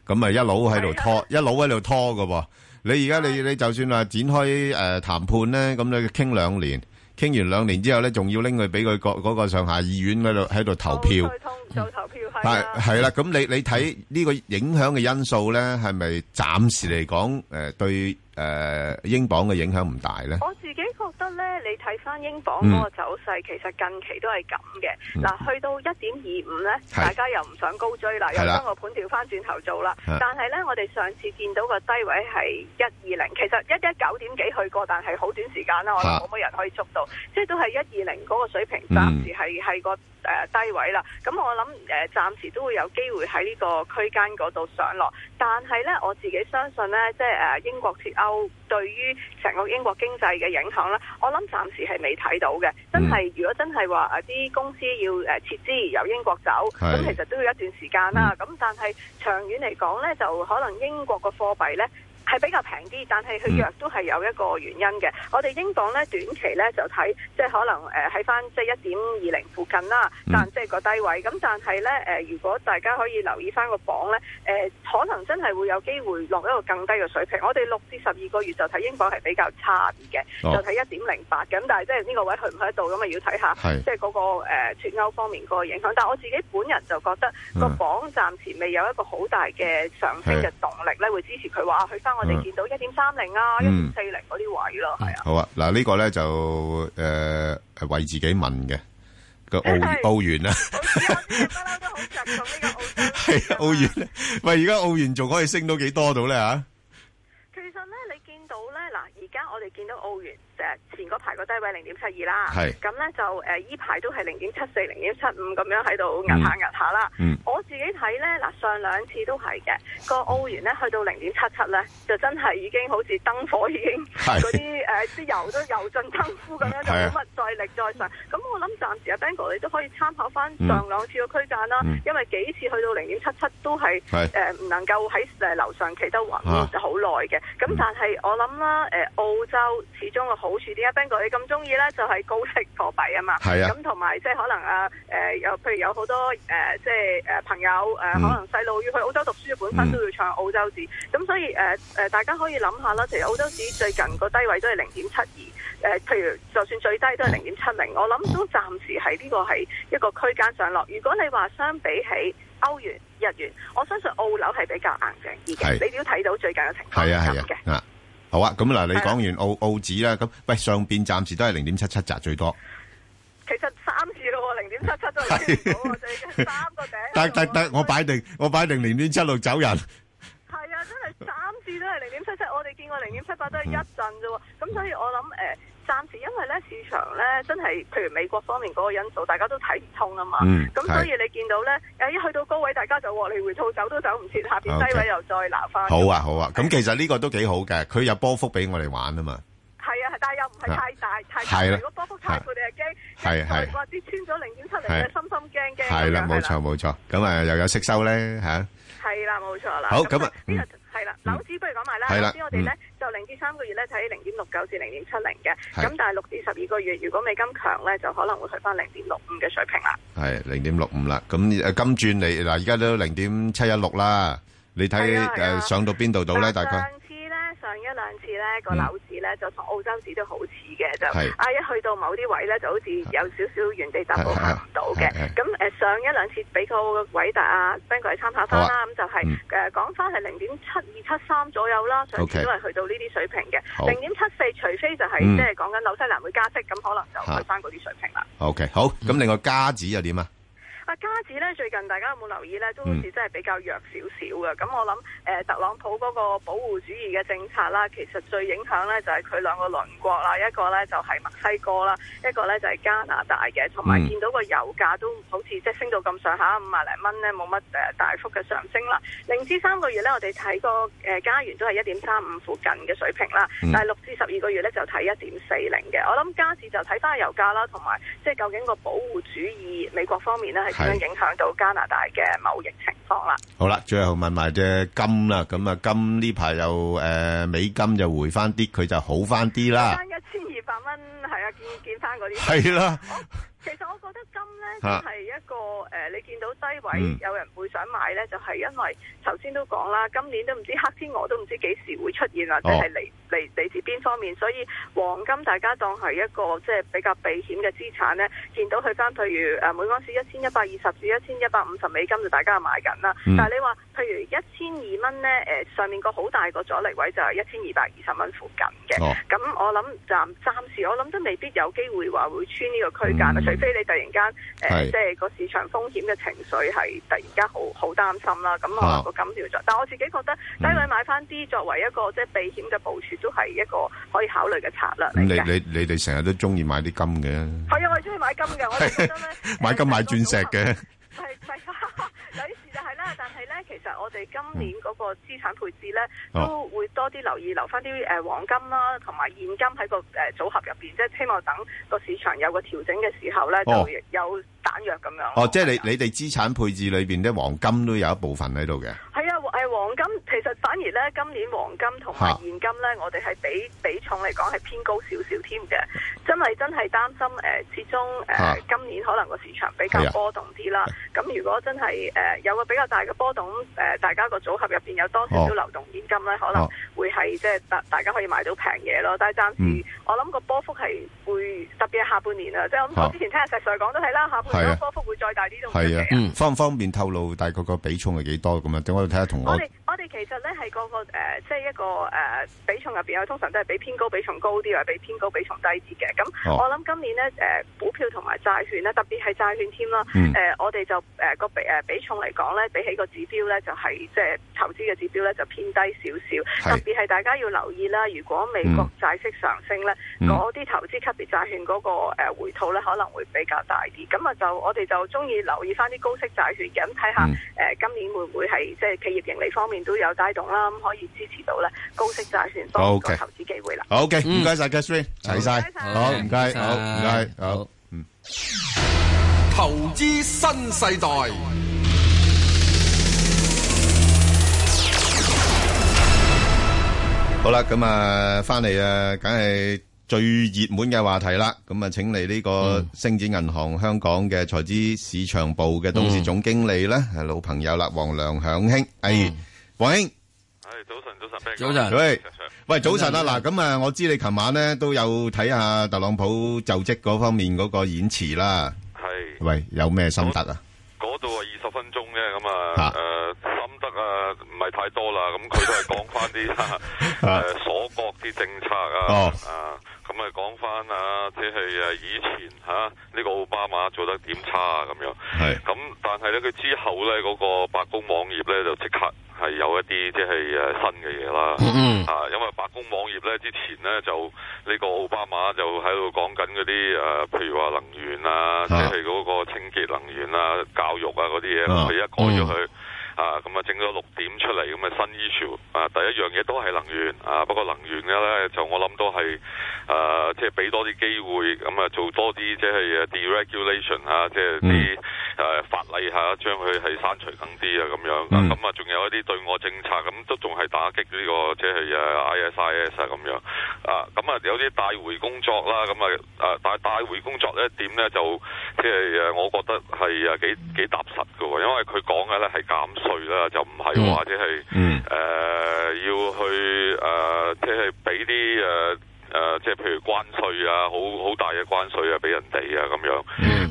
C: 咁啊一路喺度拖，一路喺度拖嘅喎。你而家你你就算話展開誒談判咧，咁你傾兩年，傾完兩年之後咧，仲要拎去俾佢個嗰個上下議院嗰度喺度投票，
F: 做投票係
C: 係
F: 啊。
C: 係啦。咁你你睇呢個影響嘅因素咧，係咪暫時嚟講誒對誒英鎊嘅影響唔大咧？
F: 我自己覺得呢，你睇翻英鎊
M: 嗯
F: 嗰個走勢，其實近期都係咁嘅。嗱、去到一點二五呢，
M: 係
F: 大家又唔想高追啦，又
M: 係啦
F: 將個盤調翻轉頭做啦。
M: 係
F: 但係呢，我哋上次見到個低位係一二零，其實一一九點幾去過，但係好短時間啦，我
M: 嚇嗯
F: 諗冇乜人可以捉到，即係都係一二零嗰個水平，暫時係係個誒、呃低位啦。咁我諗誒、呃、暫時都會有機會喺呢個區間嗰度上落，但係呢，我自己相信呢，即係誒、呃英國脱歐對於成個英國經濟嘅影響呢，我諗暫時係未睇到嘅。真係如果真係話誒啲公司要誒、呃撤資由英國走，咁
M: 係
F: 其實都要一段時間啦。咁、但係長遠嚟講呢，就可能英國個貨幣呢。係比較平啲，但係佢弱都係有一個原因嘅。我哋英鎊咧短期咧就睇，即係可能誒喺翻即係一點二零附近啦，
M: 嗯
F: 但即係個低位。咁但係咧誒，如果大家可以留意翻個鎊咧，誒、可能真係會有機會落一個更低嘅水平。我哋六至十二個月就睇英鎊係比較差啲嘅，
M: 哦
F: 就睇一點零八咁。但係即係呢個位去唔去得到咁啊，要睇下
M: 係
F: 即係嗰個誒脱歐方面個影響。但係我自己本人就覺得個
M: 嗯
F: 鎊暫時未有一個好大嘅上升嘅
C: 係
F: 動力咧，會支持佢話去
M: 嗯
F: 翻我哋見到一點三零啊、一點
C: 嗯
F: 四零嗰啲位咯，係啊。
C: 好啊，嗱呢個咧就誒係為自己問 嘅個澳澳元啦， 係啊澳元呢，喂而家澳元仲可以升到幾多度咧吓？
F: 其實咧，你見到咧嗱，而家我哋見到澳元誒前嗰排個低位零點七二啦，
M: 係
F: 咁咧就誒依排都係零點七四、零點七五咁樣喺度壓下壓下啦。
M: 嗯
F: 我自己睇咧嗱，上兩次都係嘅，個澳元咧去到零點七七咧，就真係已經好似燈火已經
M: 係
F: 嗰啲誒啲油都油盡燈枯咁樣，就
M: 係
F: 冇
M: 啊
F: 乜再力再上。咁我諗暫時阿 Bangor 你都可以參考翻
M: 嗯
F: 上兩次嘅區間啦，因為幾次去到零點七七都係
M: 係
F: 誒唔能夠喺誒樓上企得穩
M: 啊
F: 好耐嘅。咁但係我諗啦，誒、澳洲始終個好處點解 Ben 哥你咁中意咧？就係、高息貨幣啊嘛。
M: 係啊
F: 咁同埋即係可能啊誒，有、譬如有好多誒、呃即係誒、呃朋友誒、呃
M: 嗯
F: 可能細路要去澳洲讀書，本身都要唱澳洲紙。咁所以誒誒、呃大家可以諗下啦。其實澳洲紙最近個低位都係零點七二。誒，呃譬如就算最低
C: 嗯
F: 都係零點七呃零，我諗都暫時係呢個係一個區間上落。如果你話相比起歐元、日元，我相信澳樓係比較硬淨啲嘅。
C: 係
F: 你都睇到最近嘅情況。
C: 係啊係啊啊好啊，咁嗱你講完澳澳紙啦，咁喂上邊暫時都係零點七七咋最多，
F: 其實三次咯喎，零點七七都 係唔到喎，最近三個頂。
C: 得得得，我擺定我擺定零點七六走人，
F: 係啊，真係三次都係零 點七七，我哋見過零點七八都係一
C: 嗯
F: 陣啫喎。咁所以我諗誒、呃，暫時因為咧市場咧真係，譬如美國方面嗰個因素，大家都睇唔通啊嘛。
M: 嗯
F: 咁、所以你見到咧，誒一去到高位，大家就獲利回吐，走都走唔切，下邊低
C: OK
F: 位又再鬧翻。
C: 好啊好啊，咁其實呢個都幾好嘅，佢有波幅俾我哋玩啊嘛，
F: 係啊，但係又唔係太大，太
C: 係
F: 大。
C: 啦
F: 如果波幅太闊，你係驚。
C: 係係
F: 話跌穿咗零點七零
C: 係
F: 嘅，心心驚驚。
C: 係啦，冇錯。冇錯，咁啊又有息收咧吓，
F: 係啦，冇錯啦。
C: 好咁啊
F: 呢
C: 嗯
F: 個係啦，樓指不如講埋啦。
C: 係啦
F: 樓指我哋咧
C: 嗯
F: 就零至三個月咧睇零點六九至零點七零嘅，
C: 係
F: 咁但係六至十二個月，如果美金強咧，就可能會去翻零點六五嘅水平啦。
C: 係0.65啦。咁，誒，金轉嚟-嗱，而家都0.716啦。你睇，誒，上到邊度到呢？
F: 但
C: 大概？
F: 上次咧，上一兩次咧個樓市咧就同澳洲市都好似嘅，就
C: 係
F: 啊一去到某啲位咧就好似有少少原地踏步
M: 係係
F: 行唔到嘅
M: 係係。
F: 咁誒上一兩次俾個偉達啊 Ben 哥嚟參考翻
M: 好
F: 啦
M: 啊，
F: 咁就係誒講翻係零點七二七三左右啦，上次
M: OK
F: 都係去到呢啲水平嘅。
C: 好
F: 零點七四，除非就係
C: 嗯
F: 即係講緊紐西蘭會加息，咁可能就去翻嗰啲水平啦。
C: OK，好。咁另外加紙又點啊？
F: 啊，加加指咧最近大家有冇留意咧，都好似真係比較弱少少嘅。咁我諗誒、呃特朗普嗰個保護主義嘅政策啦，其實最影響咧就係佢兩個鄰國啦，一個咧就係墨西哥啦，一個咧就係加拿大嘅，同埋
M: 嗯
F: 見到個油價都好似即係升到咁上下五啊萬零蚊咧，冇乜誒大幅嘅上升啦。零至三個月咧，我哋睇個誒加元都係一點三五附近嘅水平啦，但係六至十二個月咧就睇一點四零嘅。我諗加市就睇翻油價啦，同埋即係究竟個保護主義美國方面咧係點樣影響到加拿大嘅貿易情況啦。
C: 好啦，最後問埋只金啦，咁啊金呢排又誒美金就回翻啲，佢就好翻啲啦
F: 翻，一千二百蚊係啊，見見翻嗰啲
C: 係啦。
F: 其實我覺得金咧真
C: 啊
F: 係一個誒、呃你見到低位、
C: 嗯
F: 有人會想買咧，就係、因為頭先都講啦，今年都唔知黑天鵝都唔知幾時會出現
M: 哦
F: 或者係嚟嚟嚟自邊方面，所以黃金大家當係一個即係比較避險嘅資產咧。見到佢翻譬如誒每盎司一千一百二十至一千一百五十美金就大家係買緊啦。
M: 嗯
F: 但係你話譬如一千二蚊咧誒上面個好大個阻力位就係一千二百二十蚊附近嘅。
M: 哦
F: 咁我諗暫暫時我諗都未必有機會話會穿呢個區間啦，除非你突然間誒、
M: 係
F: 即係個市場風險嘅情緒係突然間好好擔心啦，啊咁可能個金調作。但我自己覺得低位買翻啲作為一個即係避險嘅部署，都係一個可以考慮嘅策略
C: 咁
F: 嚟
C: 你
F: 嘅。
C: 你你哋成日都中意買啲金嘅，
F: 係啊，我係中意買金嘅，我哋覺得咧
C: 買金買鑽石嘅，
F: 係係 有啲事就係啦，但係咧，其實我哋今年嗰個資產配置咧，
C: 嗯
F: 都會多啲留意留翻啲誒黃金啦，同埋現金喺個誒組合入邊，即係希望等個市場有個調整嘅時候咧，就
C: 哦
F: 有彈藥咁樣。
C: 哦，即係你你哋資產配置裏邊啲黃金都有一部分喺度嘅，
F: 係啊，誒黃金其實反而咧，今年黃金同埋
C: 嚇
F: 現金咧，我哋係比比重嚟講係偏高少少添嘅，真係真係擔心誒、始終誒、
M: 嚇
F: 今年可能個市場比較
M: 係啊
F: 波動啲啦。咁如果真係誒、有個比較大嘅波動，誒、大家個組合入邊有多少
M: 哦
F: 少流動現金咧，可能
M: 哦
F: 會係即係大大家可以買到平嘢咯。但係暫時、
M: 嗯
F: 我諗個波幅係會特別係下半年啊，即係我諗
C: 嚇
F: 我之前聽阿石 Sir 講都係啦，下半
C: 哦係
F: 年
C: 啊
F: 個波幅會再大啲都唔出奇
C: 係
F: 啊
C: 啊，方唔方便透露大概個比重係幾多咁啊？等我哋睇下同
F: 我
C: 我
F: 哋我哋其實咧係個個誒、呃即係一個誒、呃比重入邊，我通常都係比偏高比重高啲，或者比偏高比重低啲嘅。咁、
M: 哦
F: 我諗今年咧誒、呃股票同埋債券咧，特別係債券添啦。誒、
M: 嗯
F: 我哋就誒、呃、個比誒、呃比重嚟講咧，比起個指標咧，就係即係投資嘅指標咧，就偏低少少。
M: 係
F: 特別係大家要留意啦，如果美國債息上升咧，
M: 嗯
F: 嗰啲、投資級別債券嗰、個、呃、回吐咧，可能會比較大啲。咁啊，就我哋就中意留意翻啲高息債券嘅，咁睇
M: 嗯
F: 下誒、呃今年會唔會係即係企業盈利方面都有帶動啦，咁可以支持到咧高息債券多個
C: OK
F: 投資機會啦。
C: 好嘅，
F: 嗯
C: 唔該晒 Catherine，齊晒，好唔該，
B: 唔該晒
C: 好唔該，好，嗯，
B: 投資新世代，
C: 好啦，咁啊，翻嚟啊，梗係最熱門嘅話題啦，咁啊，請嚟呢個星展銀行香港嘅財資市場部嘅董事總經理咧，係老朋友啦，黃良響兄，誒，黃兄。
J: 係早晨，早晨，
C: 喂
J: 石 Sir
C: 喂，早晨啊！嗱，咁啊，我知你琴晚咧都有睇下特朗普就職嗰方面嗰個演辭啦。
J: 係
C: 喂，有咩心得啊？
J: 嗰度啊二十分鐘啫，咁啊誒心得啊唔係太多啦，咁佢都係講翻啲啊
C: 啊
J: 誒鎖國啲政策啊
M: 哦，
J: 啊咁啊講翻啊，即係誒以前嚇呢個奧巴馬做得點差啊咁樣，
C: 係
J: 咁但係咧佢之後咧嗰個白宮網頁咧就即刻係有一啲即係誒新嘅嘢啦，
M: 嗯
J: 啊因為白宮網頁咧之前咧就呢個奧巴馬就喺度講緊嗰啲誒呃譬如話能源啊，即係嗰個清潔能源啊、教育啊嗰啲嘢，
M: 啊
J: 佢一改咗佢。啊，咁啊整咗六點出嚟，咁啊新 issue 啊，第一樣嘢都係能源啊，不過能源嘅咧就我諗都係呃誒，即係俾多啲機會，咁啊做多啲即係誒呃 deregulation 啊，即係
M: 嗯
J: 啲誒法例嚇、啊，將佢係刪除緊啲啊咁樣，啊咁啊仲有一啲對外政策，咁都仲係打擊呢、個即係誒 ISIS 啊咁樣。啊，咁啊有啲帶回工作啦，咁啊誒，但係帶回工作呢一點呢，就即係呃誒，我覺得係誒幾幾踏實嘅喎，因為佢講嘅呢係減稅啦，就唔係話即係誒呃要去誒，即係俾啲呃誒誒，即係譬如關稅啊，好好大嘅關稅啊，俾人哋啊咁樣。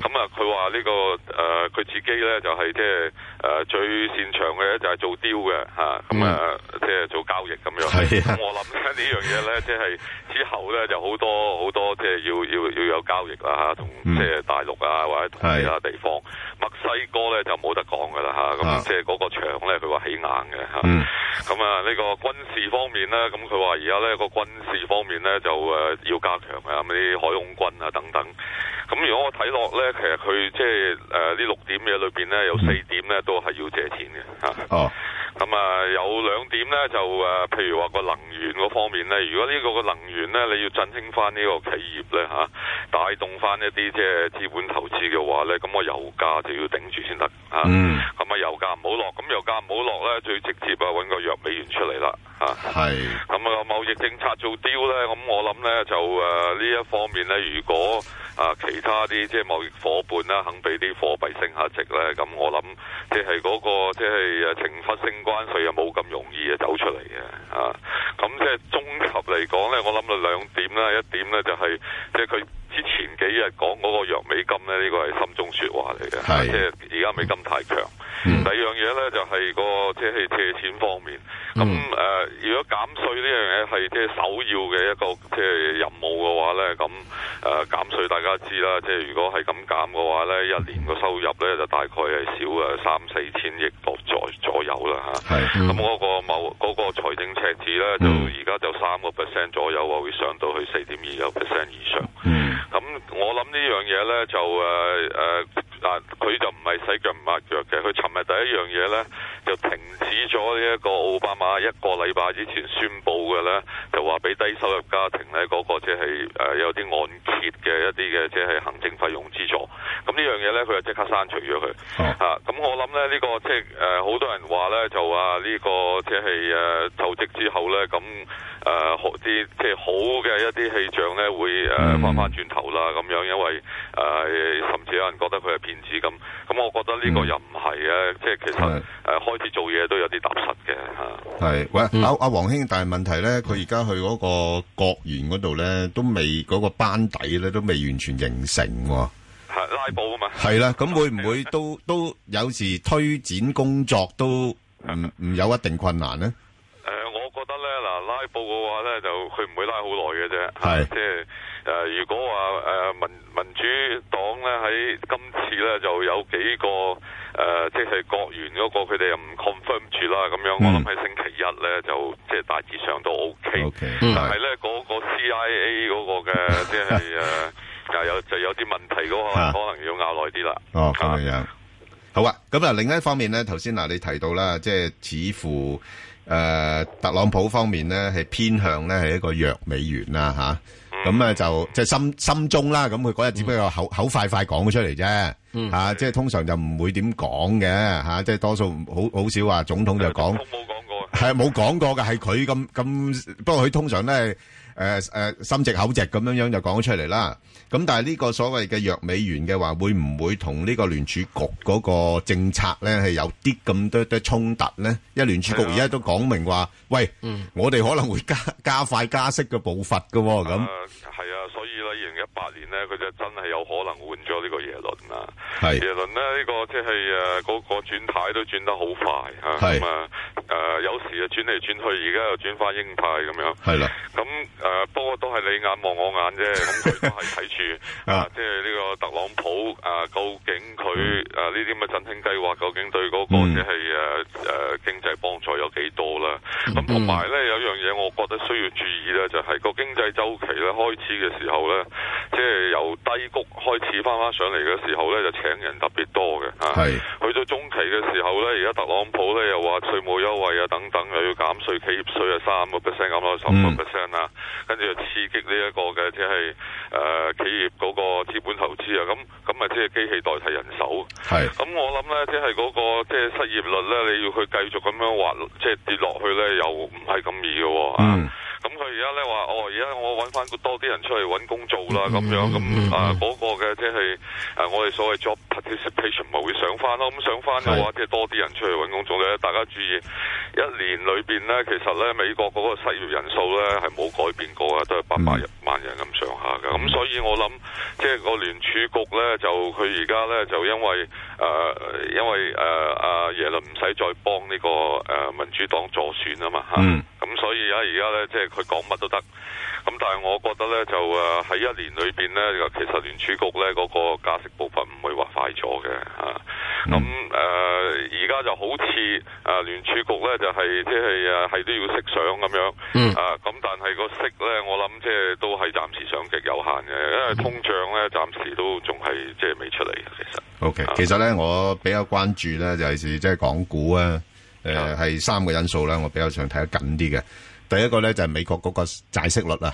J: 咁啊啊，佢話呢個誒佢、自己咧就係即係誒最擅長嘅就係做雕嘅嚇，咁啊即係做交易咁樣。咁、我諗咧呢樣嘢咧，即係之後咧就好多好多即係要要要有交易啦嚇，同即係大陸啊或者同其他地方。墨西哥咧就冇得講噶啦嚇，咁即係嗰個牆咧佢話起硬嘅嚇。
C: 嗯
J: 咁啊，呢個軍事方面咧，咁佢話而家呢個軍事方面咧就誒、呃要加強啊，咁啲海空軍啊等等。咁如果我睇落咧，其實佢即係誒呃呢六點嘢裏邊咧，有四點咧都係要借錢嘅嚇。
N: 哦。
J: 咁啊，有兩點咧就誒、呃譬如話個能源嗰方面咧，如果呢個個能源咧，你要振興翻呢個企業咧嚇、帶動翻一啲即係資本投資嘅話咧，咁個油價就要頂住先得嚇。
N: 嗯
J: 咁啊，油價唔好落，咁油價唔好落咧，最直接啊揾個弱美元出嚟啦嚇。
N: 係。
J: 咁啊，貿易政策做雕咧，咁我諗咧就誒呢、一方面咧，如果啊其他啲即係貿易伙伴啦，肯俾啲貨幣升下值咧，咁我諗即係嗰個即係誒呃懲罰性關税又冇咁容易啊走出嚟嘅啊。咁即係綜合嚟講咧，我諗到兩點啦，一點咧就係即係佢。之前幾日講嗰個弱美金咧，呢、個係心中説話嚟嘅，即係而家美金太強。第二樣嘢咧就係、個即係借錢方面，咁誒、呃如果減税呢樣嘢係即係首要嘅一個即係任務嘅話咧，咁誒、呃、減税大家知啦，即係如果係咁減嘅話咧，一年個收入咧就大概係少誒三四千億度左左右啦嚇。咁
C: 嗯
J: 嗰、個某嗰、個財政赤字咧，就而家就三個 percent 左右啊，會上到去四點二個 percent 以上。咁我諗呢樣嘢呢，就誒誒嗱，呃佢、就唔係洗腳唔抹腳嘅。佢尋日第一樣嘢呢，就停止咗呢一個奧巴馬一個禮拜之前宣布嘅呢，就話俾低收入家庭呢嗰、個即係誒有啲按揭嘅一啲嘅即係行政費用資助。咁呢樣嘢呢，佢就即刻刪除咗佢。啊，咁我諗呢，呢、個即係誒好多人話呢，就話呢、個即係誒呃就職之後呢，咁誒好啲即係好嘅一啲氣象呢，會呃誒翻翻轉頭啦咁樣，因為誒、呃甚至有人覺得佢係騙子咁。咁我覺得呢個又唔係嘅，嗯即係其實誒、呃、開始做嘢都有啲踏實嘅嚇。
C: 係，喂，阿-阿黃兄，但係問題呢，佢而家去嗰個國園嗰度呢，都未-嗰個班底呢，都未完全形成喎。
J: 係拉布啊嘛。
C: 係啦，咁會唔會都-都有時推展工作都唔-唔有一定困難呢？
J: 誒、呃我覺得咧，嗱拉布嘅話咧，就佢唔會拉好耐嘅啫。
C: 係
J: 即係誒、呃如果話誒、民民主黨咧喺今次咧就有幾個誒、即係國員嗰、個佢哋又唔 confirm 住啦，咁樣、我諗喺星期一咧就即係大致上都 OK。
C: 嗯
J: 但係咧嗰個 CIA 嗰個 嘅即係誒。就有就有啲問題嗰個，可能要拗耐啲啦。
C: 哦，咁樣樣。好啊，咁啊，另一方面咧，頭先嗱你提到啦，即係似乎诶、呃特朗普方面咧係偏向咧係一個弱美元啦吓，咁啊、就即係心心中啦，咁佢嗰日只不過口、口快快講咗出嚟啫，吓、
N: 嗯
C: 即係通常就唔會點講嘅吓，啊即係多數唔好好少話總統就講。系冇講過嘅，係佢咁咁，不過佢通常咧誒誒心直口直咁樣樣就講咗出嚟啦。咁但係呢個所謂嘅弱美元嘅話，會唔會同呢個聯儲局嗰個政策咧係有啲咁多多衝突咧？因為聯儲局而家都講明話，喂，我哋可能會加 加快加息嘅步伐嘅喎，咁
J: 係啊，所以咧，二零一八年咧，佢就真係有可能換咗呢個耶倫啦。
C: 係
J: 耶倫咧，呢、個即係誒嗰個轉態都轉得好快嚇，
C: 係
J: 咁啊誒有時啊轉嚟轉去，而家又轉翻英派咁樣。
C: 係啦。
J: 咁誒，不過都係你眼望我眼啫，咁佢都係睇住啊，即係呢個特朗普啊，究竟佢啊呢啲咁嘅振興計劃，究竟對嗰個即係誒誒呃經濟幫助有幾多啦？咁同埋咧有樣嘢，我覺得需要注意咧，就係個經濟周期咧開始嘅時候咧，即係由低谷開始翻翻上嚟嘅時候咧，就請人特別多嘅啊。去到中期嘅時候咧，而家特朗普咧又話稅務優惠啊等等，又要減稅，企業稅啊三個 percent 減到十個 percent 啦，跟住又刺激呢一個嘅即係誒企業嗰個資本投資啊，咁咁咪即係機器代替人手。
C: 係
J: 咁我諗咧，即係嗰個即係失業率咧，你要佢繼續咁樣滑，即係跌落去咧，又唔係咁易嘅喎。啊
C: 嗯
J: 咁佢而家咧話，哦，而家我揾翻多啲人出嚟揾工做啦，咁樣咁啊，嗰個嘅即係誒，我哋所謂 job participation 咪會上翻咯。咁上翻嘅話，即係多啲人出嚟揾工做咧。大家注意，一年裏邊咧，其實咧美國嗰個失業人數咧係冇改變過啊嘅，都係八百人萬人咁上下嘅。咁所以我諗，即係個聯儲局咧，就佢而家咧就因為誒、呃因為誒阿、呃耶倫唔使再幫呢、個誒、呃民主黨助選啊嘛嚇。咁所以啊，而家咧即係佢講乜都得。咁但係我覺得咧就誒喺一年裏邊咧，其實聯儲局咧嗰、個加息步伐唔會話快咗嘅
M: 嗯
J: 嚇。咁誒而家就好似誒聯儲局咧就係即係誒係都要息上咁樣。
O: 嗯
J: 啊咁但係個息咧，我諗即係都係暫時上極有限嘅，因為通脹咧暫時都仲係即係未出嚟嘅其實。
M: OK，其實咧，我比較關注咧，就係是即係港股啊，誒、係三個因素啦，我比較想睇得緊啲嘅。第一個咧就係、美國嗰個債息率啊，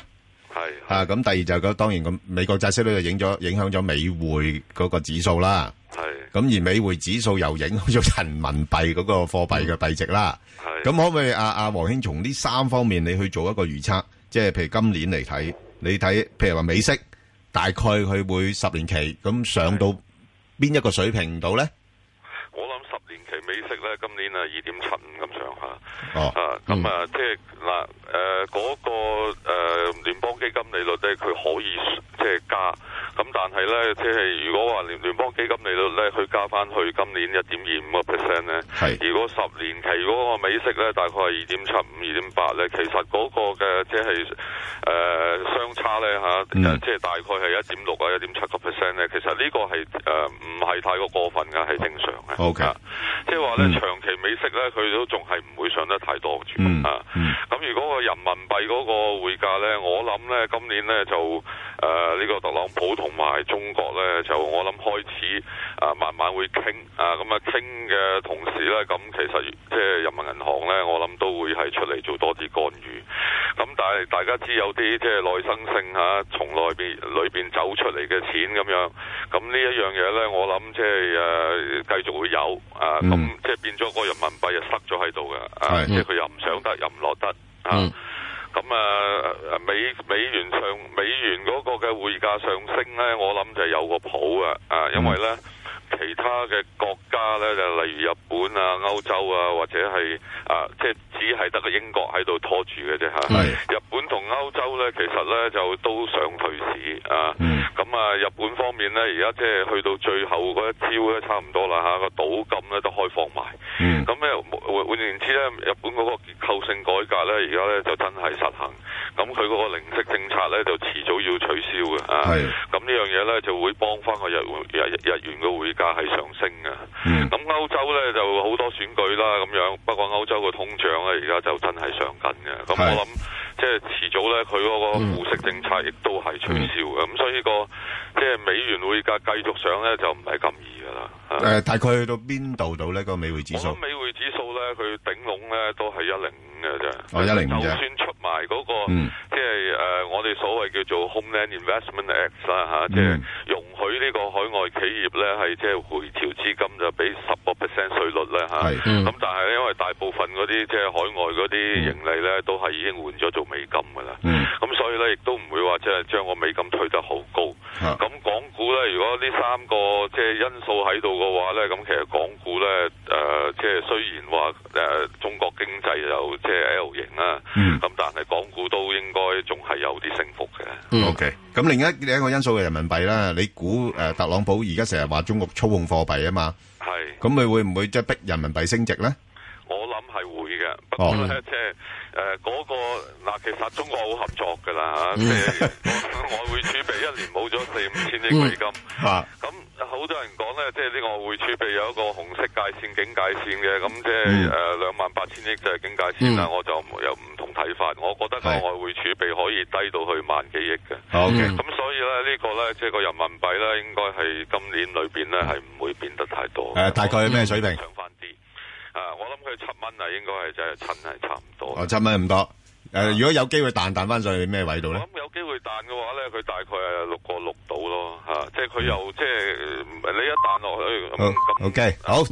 J: 係
M: 啊，咁第二就係、當然咁美國債息率就影咗影響咗美匯嗰個指數啦，
J: 係
M: 咁而美匯指數又影響咗人民幣嗰個貨幣嘅幣值啦。
J: 係
M: 咁可唔可以啊啊黃兄從呢三方面你去做一個預測？即係譬如今年嚟睇，你睇譬如話美息大概佢會十年期咁上到邊一個水平度咧？
J: 我諗十年期美息咧，今年啊二點七五咁上下。
M: 哦，
J: 啊，咁啊，即係嗱，誒嗰個誒聯邦基金利率咧，佢可以即係加，咁但係咧，即係如果話聯聯邦基金利率咧，佢加翻去今年一點二五個 percent 咧，如果十年期嗰個美息咧，大概係二點七五、二點八咧，其實嗰個嘅即係誒相差咧嚇，即係大概係一點六啊、一點七個 percent 咧，其實呢個係誒唔係太過過分㗎，係正常嘅。啊
M: O K，
J: 即係話咧，長期美息咧，佢都仲係唔會上得太多住、
C: 嗯
J: 啊。咁如果個人民幣嗰個匯價咧，我諗咧今年咧就呃誒呢、個特朗普同埋中國呃咧，就我諗開始啊慢慢會傾啊，咁啊傾嘅同時咧，咁其實即係人民銀行咧，我諗都會係出嚟做多啲干預。咁但係大家知有啲即係內生性嚇、從內邊裏邊走出嚟嘅錢咁樣，咁呢一樣嘢咧，我諗即係誒呃繼續會有啊，咁、即係變咗個人民幣就塞咗喺度嘅，啊，即係佢又唔上得，又唔落得啊。
D: 嗯
J: 咁啊，美美元上美元嗰個嘅匯價上升咧，我諗就有個譜啊，啊，因為咧。其他嘅國家咧，就例如日本啊、歐洲啊，或者係啊，即係只係得個英國喺度拖住嘅啫嚇。日本同歐洲咧，其實咧就都上退市啊。咁啊，日本方面咧，而家即係去到最後嗰一招咧，差唔多啦嚇，個賭禁咧都開放埋。咁咧、換換言之咧，日本嗰個結構性改革咧，而家咧就真係實行。咁佢嗰個零息政策咧，就遲早要取消嘅啊。咁呢樣嘢咧就會幫翻個日匯日日日元嘅匯價係上升嘅。咁、歐洲咧就好多選舉啦咁樣，不過歐洲嘅通脹咧而家就真係上緊嘅。咁我諗即係遲早咧，佢嗰個負息政策亦都係取消嘅。咁、所以個即係美元匯價繼續上咧就唔係咁易㗎啦。啊
M: 誒、大概去到邊度度呢個美匯指數？
J: 美匯指數咧，佢頂籠咧都係一零五嘅啫。
M: 哦105啫嗯
J: 就算出埋嗰、個，即係誒、呃我哋所謂叫做 Homeland Investment Act 啦、吓，
M: 嗯
J: 即係容許呢個海外企業咧係即係回調資金就俾十個 percent 稅率咧吓。咁、
D: 嗯
J: 但係因為大部分嗰啲即係海外嗰啲盈利咧，都係已經換咗做美金㗎啦。咁、所以咧，亦都唔會話即係將個美金推得好高。咁、港股咧，如果呢三個即係因素喺度嘅話咧，咁其實港股咧，誒、即係雖然話誒、中國經濟就即係 L 型啦，咁、但係港股都應該仲係有啲升幅嘅。
M: O K，咁另一另一個因素嘅人民幣啦，你估誒、特朗普而家成日話中國操控貨幣啊嘛，
J: 係
M: 咁佢會唔會即係逼人民幣升值咧？
J: 我諗係會嘅，不過咧、
M: 哦
J: 即係誒呃嗰個嗱，其實中國好合作㗎啦嚇，
M: 嗯
J: 即係 外外匯儲備一年冇咗四五千億美金。
M: 啊，
J: 好多人講咧，即係呢個外匯儲備有一個紅色界線、警戒線嘅，咁即係誒兩萬八千億就係警戒線啦。
M: 嗯
J: 我就唔有唔同睇法，我覺得個外匯儲備可以低到去萬幾億嘅。
M: OK
J: 咁所以咧呢個咧，即係個人民幣咧，應該係今年裏邊咧係唔會變得太多。
M: 誒大概咩水平
J: 上翻啲。啊，我諗佢七蚊啊，應該係真係趁係差唔多。
M: 我七蚊咁多，誒、如果有機會彈彈翻上去咩位度咧？
J: 有機會彈嘅話咧，佢大概係六
M: 嗯
J: 啊嗯個六度咯，嚇、即係佢又即係呃你一彈落去，咁
M: O K，好。